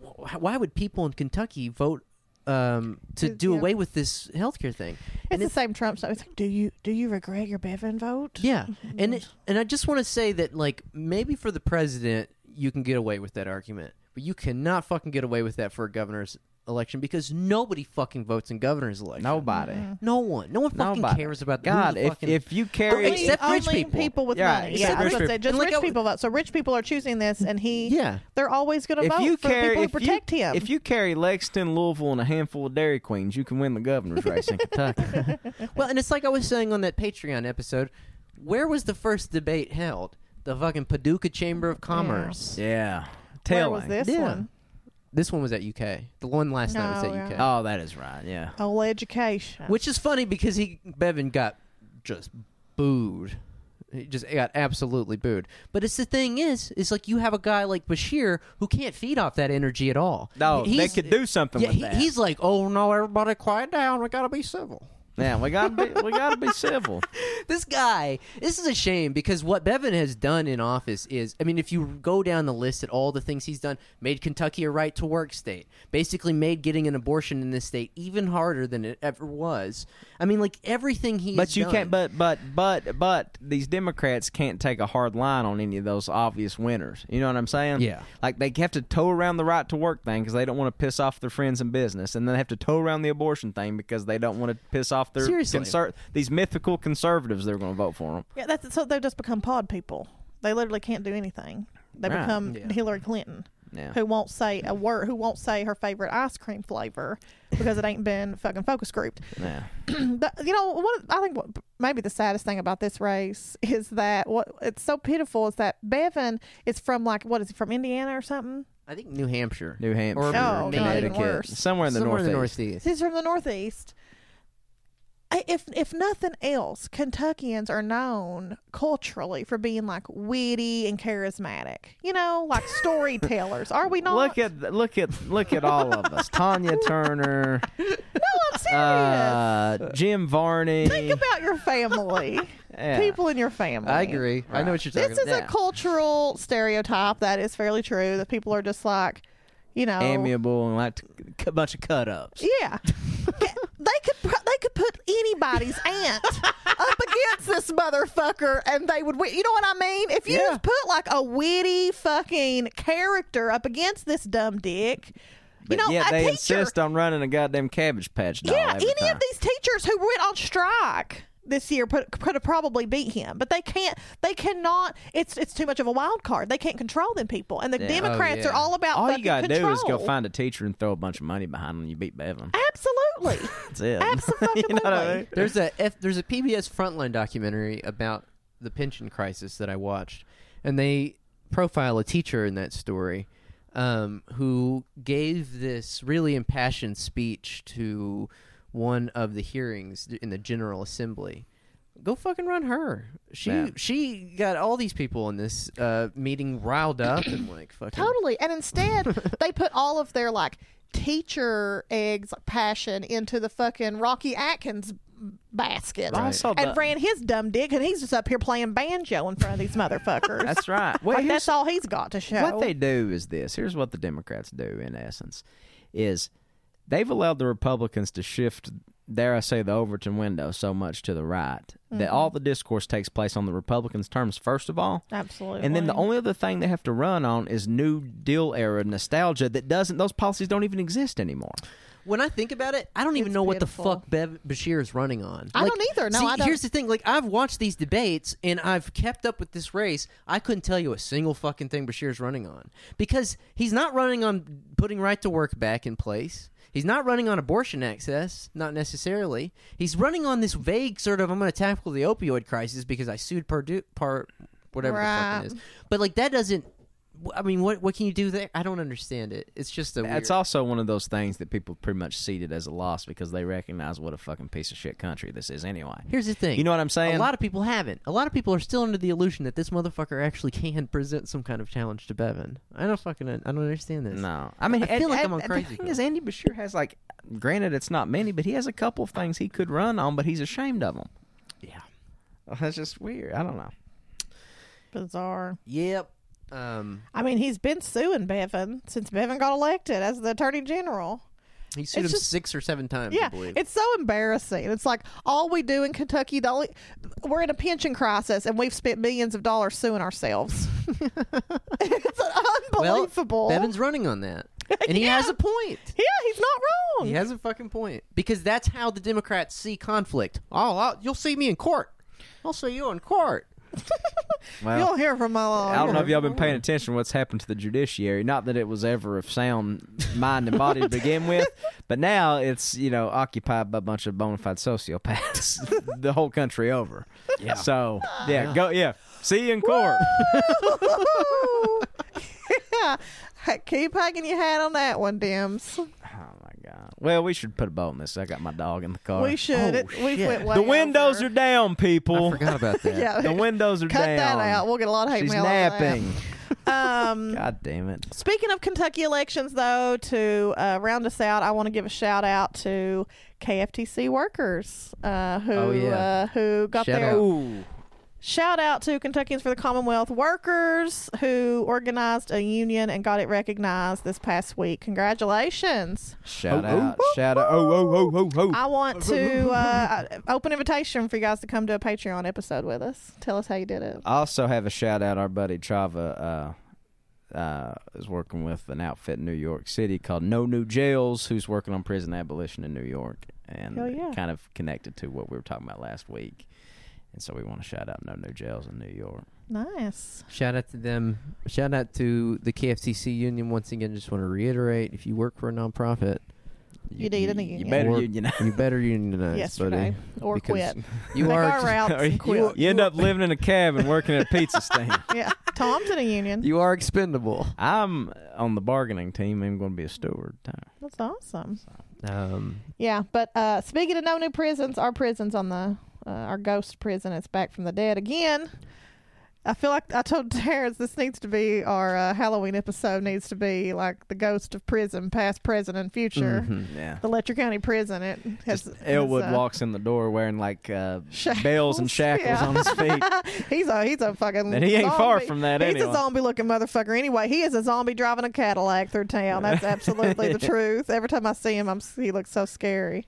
Speaker 1: "Wh- "Why would people in Kentucky vote um, to
Speaker 2: To-
Speaker 1: do
Speaker 2: yeah.
Speaker 1: away with this healthcare thing?"
Speaker 2: It's
Speaker 1: And
Speaker 2: the same Trump stuff. It's like, do you do you regret your Bevin vote?
Speaker 1: Yeah,
Speaker 2: mm-hmm.
Speaker 1: and it, and I just want to say that like maybe for the president you can get away with that argument, but you cannot fucking get away with that for a governor's election because nobody fucking votes in governor's election.
Speaker 3: Nobody.
Speaker 1: no one, no one fucking
Speaker 3: Nobody
Speaker 1: cares about who
Speaker 3: God.
Speaker 1: the
Speaker 3: If
Speaker 1: fucking,
Speaker 3: if you carry
Speaker 2: Only,
Speaker 1: Except rich
Speaker 2: only
Speaker 1: people.
Speaker 2: with
Speaker 3: Yeah,
Speaker 2: money.
Speaker 3: except
Speaker 2: Yeah, I was
Speaker 3: rich
Speaker 2: gonna say,
Speaker 3: people.
Speaker 2: just
Speaker 1: And like
Speaker 2: rich
Speaker 1: I w-
Speaker 2: people vote. So rich people are choosing this, and he,
Speaker 1: yeah.
Speaker 2: they're always going to vote for the people who protect
Speaker 3: you,
Speaker 2: him.
Speaker 3: If you carry Lexington, Louisville, and a handful of Dairy Queens, you can win the governor's race in Kentucky.
Speaker 1: Well, and it's like I was saying on that Patreon episode, where was the first debate held? The fucking Paducah Chamber of Commerce.
Speaker 3: Yeah,
Speaker 2: Where
Speaker 3: telling.
Speaker 2: was this
Speaker 1: Yeah.
Speaker 2: one?
Speaker 1: This one was at UK. The one last night was
Speaker 2: Oh,
Speaker 1: at
Speaker 2: yeah.
Speaker 1: UK.
Speaker 3: Oh, that is right. Yeah,
Speaker 2: Oh, education.
Speaker 1: Which is funny because he Bevin got just booed He just got absolutely booed. But it's the thing is, is like you have a guy like Bashir who can't feed off that energy at all.
Speaker 3: No,
Speaker 1: He's-
Speaker 3: Oh, they could do something
Speaker 1: Yeah,
Speaker 3: with
Speaker 1: he-
Speaker 3: that.
Speaker 1: he's like, oh no, everybody quiet down. We gotta be civil.
Speaker 3: yeah, we gotta be we gotta be civil.
Speaker 1: this guy this is a shame because what bevin has done in office is i mean if you go down the list at all the things he's done made kentucky a right to work state basically made getting an abortion in this state even harder than it ever was i mean like everything he
Speaker 3: But
Speaker 1: has
Speaker 3: you
Speaker 1: done-
Speaker 3: can't. But but but but these Democrats can't take a hard line on any of those obvious winners. You know what I'm saying?
Speaker 1: Yeah.
Speaker 3: Like they have to toe around the right to work thing because they don't want to piss off their friends in business, and then they have to toe around the abortion thing because they don't want to piss off their
Speaker 1: Seriously.
Speaker 3: conser- these mythical conservatives. They're going to vote for them.
Speaker 2: Yeah, that's so they just become pod people. They literally can't do anything. They
Speaker 3: Right.
Speaker 2: become
Speaker 1: Yeah.
Speaker 2: Hillary Clinton,
Speaker 3: Yeah.
Speaker 2: who won't say a word, who won't say her favorite ice cream flavor because it ain't been fucking focus grouped.
Speaker 3: Yeah.
Speaker 2: the, you know what I think what, maybe the saddest thing about this race is that what it's so pitiful is that Bevin is from like what is he from Indiana or something?
Speaker 1: i think new hampshire
Speaker 3: New Hampshire,
Speaker 1: Or-
Speaker 2: No,
Speaker 1: no, even
Speaker 3: Connecticut,
Speaker 2: worse.
Speaker 3: somewhere in the
Speaker 1: somewhere in the
Speaker 3: northeast.
Speaker 1: northeast
Speaker 2: He's from the Northeast. I- If if nothing else, Kentuckians are known culturally for being like witty and charismatic. You know, like storytellers. Are we not?
Speaker 3: Look at look at look at all of us. Tanya Turner,
Speaker 2: no, I'm serious.
Speaker 3: uh, Jim Varney.
Speaker 2: Think about your family,
Speaker 3: Yeah.
Speaker 2: people in your family.
Speaker 1: i agree i know
Speaker 3: Right.
Speaker 1: what you're talking
Speaker 2: This is
Speaker 1: about
Speaker 2: a cultural stereotype that is fairly true. That people are just like, you know,
Speaker 3: amiable and like a bunch of cut ups.
Speaker 2: Yeah. they could pro- they could put anybody's aunt up against this motherfucker and they would win. You know what I mean? If you
Speaker 3: Yeah.
Speaker 2: just put like a witty fucking character up against this dumb dick, you know,
Speaker 3: yet
Speaker 2: a
Speaker 3: they
Speaker 2: teacher.
Speaker 3: insist on running a goddamn cabbage patch doll.
Speaker 2: yeah,
Speaker 3: every
Speaker 2: any
Speaker 3: time.
Speaker 2: of these teachers who went on strike this year put, could have probably beat him, but they can't. They cannot. It's it's too much of a wild card. They can't control them people, and the
Speaker 3: Yeah. Oh,
Speaker 2: Democrats
Speaker 1: yeah.
Speaker 2: are all about.
Speaker 3: All you
Speaker 2: fucking
Speaker 3: gotta
Speaker 2: control.
Speaker 3: do is go find a teacher and throw a bunch of money behind them. You beat Bevan.
Speaker 2: Absolutely.
Speaker 3: That's it.
Speaker 2: Abso-fucking-lutely.
Speaker 3: you know what I mean?
Speaker 1: There's a F, there's a PBS Frontline documentary about the pension crisis that I watched, and they profile a teacher in that story um, who gave this really impassioned speech to one of the hearings in the General Assembly. Go fucking run her. She
Speaker 3: Yeah.
Speaker 1: she got all these people in this uh, meeting riled up and like fucking.
Speaker 2: Totally. And instead, they put all of their like teacher eggs passion into the fucking Rocky Atkins basket
Speaker 1: Right.
Speaker 3: Also
Speaker 2: and
Speaker 3: the-
Speaker 2: ran his dumb dick, and he's just up here playing banjo in front of these motherfuckers.
Speaker 3: That's right. Well,
Speaker 2: like,
Speaker 3: here's-
Speaker 2: that's all he's got to show.
Speaker 3: What they do is this. Here's what the Democrats do in essence is they've allowed the Republicans to shift dare I say the Overton window so much to the right
Speaker 2: Mm-hmm.
Speaker 3: that all the discourse takes place on the Republicans' terms first of all.
Speaker 2: Absolutely.
Speaker 3: And then the only other thing they have to run on is new deal era nostalgia that doesn't those policies don't even exist anymore.
Speaker 1: When I think about it, I don't even
Speaker 2: It's
Speaker 1: know
Speaker 2: pitiful.
Speaker 1: what the fuck Bev Bashir is running on.
Speaker 2: I don't either. No,
Speaker 1: see,
Speaker 2: I don't.
Speaker 1: Here's the thing: like I've watched these debates and I've kept up with this race. I couldn't tell you a single fucking thing Bashir's running on because he's not running on putting right to work back in place. He's not running on abortion access, not necessarily. He's running on this vague sort of "I'm going to tackle the opioid crisis because I sued Purdue, part whatever
Speaker 2: Right.
Speaker 1: the fuck it is." But like that doesn't. I mean, what what can you do there? I don't understand it. It's just a.
Speaker 3: It's
Speaker 1: weird-
Speaker 3: also one of those things that people pretty much seated as a loss because they recognize what a fucking piece of shit country this is anyway.
Speaker 1: Here's the thing.
Speaker 3: You know what I'm saying?
Speaker 1: A lot of people haven't. A lot of people are still under the illusion that this motherfucker actually can present some kind of challenge to Bevan. I don't fucking. I don't understand this.
Speaker 3: No, I mean,
Speaker 1: I
Speaker 3: and-
Speaker 1: feel like
Speaker 3: and-
Speaker 1: I'm on
Speaker 3: and
Speaker 1: crazy
Speaker 3: The thing
Speaker 1: girl.
Speaker 3: is, Andy Bashir has like, granted, it's not many, but he has a couple of things he could run on, but he's ashamed of them.
Speaker 1: Yeah.
Speaker 3: That's just weird. I don't know.
Speaker 2: bizarre.
Speaker 1: Yep. Um.
Speaker 2: I mean, he's been suing Bevin since Bevin got elected as the attorney general.
Speaker 1: He sued
Speaker 2: It's
Speaker 1: him
Speaker 2: just-
Speaker 1: six or seven times. I
Speaker 2: Yeah,
Speaker 1: believe.
Speaker 2: it's so embarrassing. It's like all we do in Kentucky, the only, we're in a pension crisis, and we've spent millions of dollars suing ourselves. it's unbelievable.
Speaker 1: Well, Bevan's running on that, and he
Speaker 2: Yeah.
Speaker 1: has a point.
Speaker 2: yeah, he's not wrong.
Speaker 1: He has a fucking point because that's how the Democrats see conflict. Oh, I'll, you'll see me in court. I'll see you in court.
Speaker 3: Well,
Speaker 2: You'll hear from my lawyer.
Speaker 3: I don't know if y'all been paying
Speaker 2: Oh.
Speaker 3: attention to what's happened to the judiciary. Not that it was ever of sound mind and body to begin with, but now it's, you know, occupied by a bunch of bona fide sociopaths the whole country over.
Speaker 1: Yeah.
Speaker 3: So, yeah, go, yeah. See you in court.
Speaker 2: yeah, keep hanging your hat on that one, Dims.
Speaker 3: oh, my God. fine. Well, we should put a bow on this. I got my dog in the car.
Speaker 2: We should.
Speaker 1: Oh,
Speaker 2: it, we
Speaker 1: shit.
Speaker 2: went way
Speaker 3: the windows
Speaker 2: over.
Speaker 3: are down,
Speaker 1: I
Speaker 3: people.
Speaker 1: forgot about that.
Speaker 2: Yeah.
Speaker 3: The windows are
Speaker 2: Cut
Speaker 3: down.
Speaker 2: that out. We'll get a lot of hate
Speaker 3: She's
Speaker 2: mail.
Speaker 3: napping.
Speaker 2: On that. Um,
Speaker 3: God damn it.
Speaker 2: Speaking of Kentucky elections, though, to uh, round us out, I want to give a shout out to KFTC workers uh, who
Speaker 1: Oh, yeah.
Speaker 2: uh, who got
Speaker 1: Shout
Speaker 2: their
Speaker 1: out.
Speaker 3: Ooh.
Speaker 2: shout out to Kentuckians for the Commonwealth workers who organized a union and got it recognized this past week. Congratulations!
Speaker 3: Shout
Speaker 1: Oh, oh.
Speaker 3: out. Shout out. Oh, oh, oh, oh, oh.
Speaker 2: I want to uh, open invitation for you guys to come to a Patreon episode with us. Tell us how you did it.
Speaker 3: I also have a shout out. Our buddy Trava uh, uh, is working with an outfit in New York City called No New Jails, who's working on prison abolition in New York, and
Speaker 2: Hell yeah.
Speaker 3: kind of connected to what we were talking about last week. And so we want to shout out No New Jails in New York.
Speaker 2: Nice.
Speaker 1: Shout out to them. Shout out to the KFTC union once again. Just want to reiterate: if you work for a nonprofit,
Speaker 2: You need a
Speaker 3: You
Speaker 2: union.
Speaker 3: better
Speaker 1: Or-
Speaker 3: unionize.
Speaker 1: you better unionize,
Speaker 2: Yesterday
Speaker 1: buddy,
Speaker 2: or
Speaker 1: because
Speaker 2: quit.
Speaker 1: You
Speaker 2: Make
Speaker 1: are.
Speaker 2: our routes
Speaker 3: Or
Speaker 2: and
Speaker 3: you,
Speaker 2: quit.
Speaker 3: you end up living in a cab and working at a pizza stand.
Speaker 2: yeah, Tom's in a union.
Speaker 1: you are expendable.
Speaker 3: I'm on the bargaining team. I'm going to be a steward.
Speaker 2: That's awesome.
Speaker 1: Um,
Speaker 2: Yeah, but uh, speaking of no new prisons, our prison's on the uh, our ghost prison is back from the dead again. I feel like I told Terrence this needs to be our uh, Halloween episode needs to be like the ghost of prison, past, present, and future.
Speaker 1: mhm.
Speaker 3: Yeah.
Speaker 2: The Letcher County Prison. It has,
Speaker 3: Mm-hmm. Just
Speaker 2: has,
Speaker 3: Elwood
Speaker 2: uh,
Speaker 3: walks in the door wearing like uh,
Speaker 2: Shackles,
Speaker 3: bells and shackles
Speaker 2: yeah.
Speaker 3: on his feet.
Speaker 2: He's a he's a fucking.
Speaker 3: And he ain't far
Speaker 2: zombie.
Speaker 3: from that
Speaker 2: He's
Speaker 3: anyway.
Speaker 2: a zombie looking motherfucker. Anyway, he is a zombie driving a Cadillac through town. That's absolutely the truth. Every time I see him, I'm he looks so scary.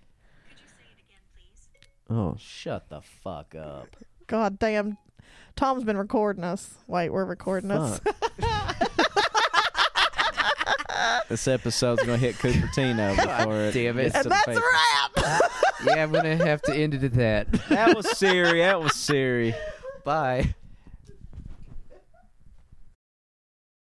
Speaker 1: Oh,
Speaker 3: Shut the fuck up.
Speaker 2: God damn. Tom's been recording us. Wait, we're recording us.
Speaker 1: fuck.
Speaker 3: This episode's gonna hit Cupertino before it.
Speaker 1: Damn it.
Speaker 3: gets
Speaker 1: And
Speaker 3: to the
Speaker 2: That's a
Speaker 3: paper.
Speaker 2: wrap.
Speaker 1: yeah, I'm gonna have to end it at that.
Speaker 3: That was Siri. That was Siri.
Speaker 1: Bye.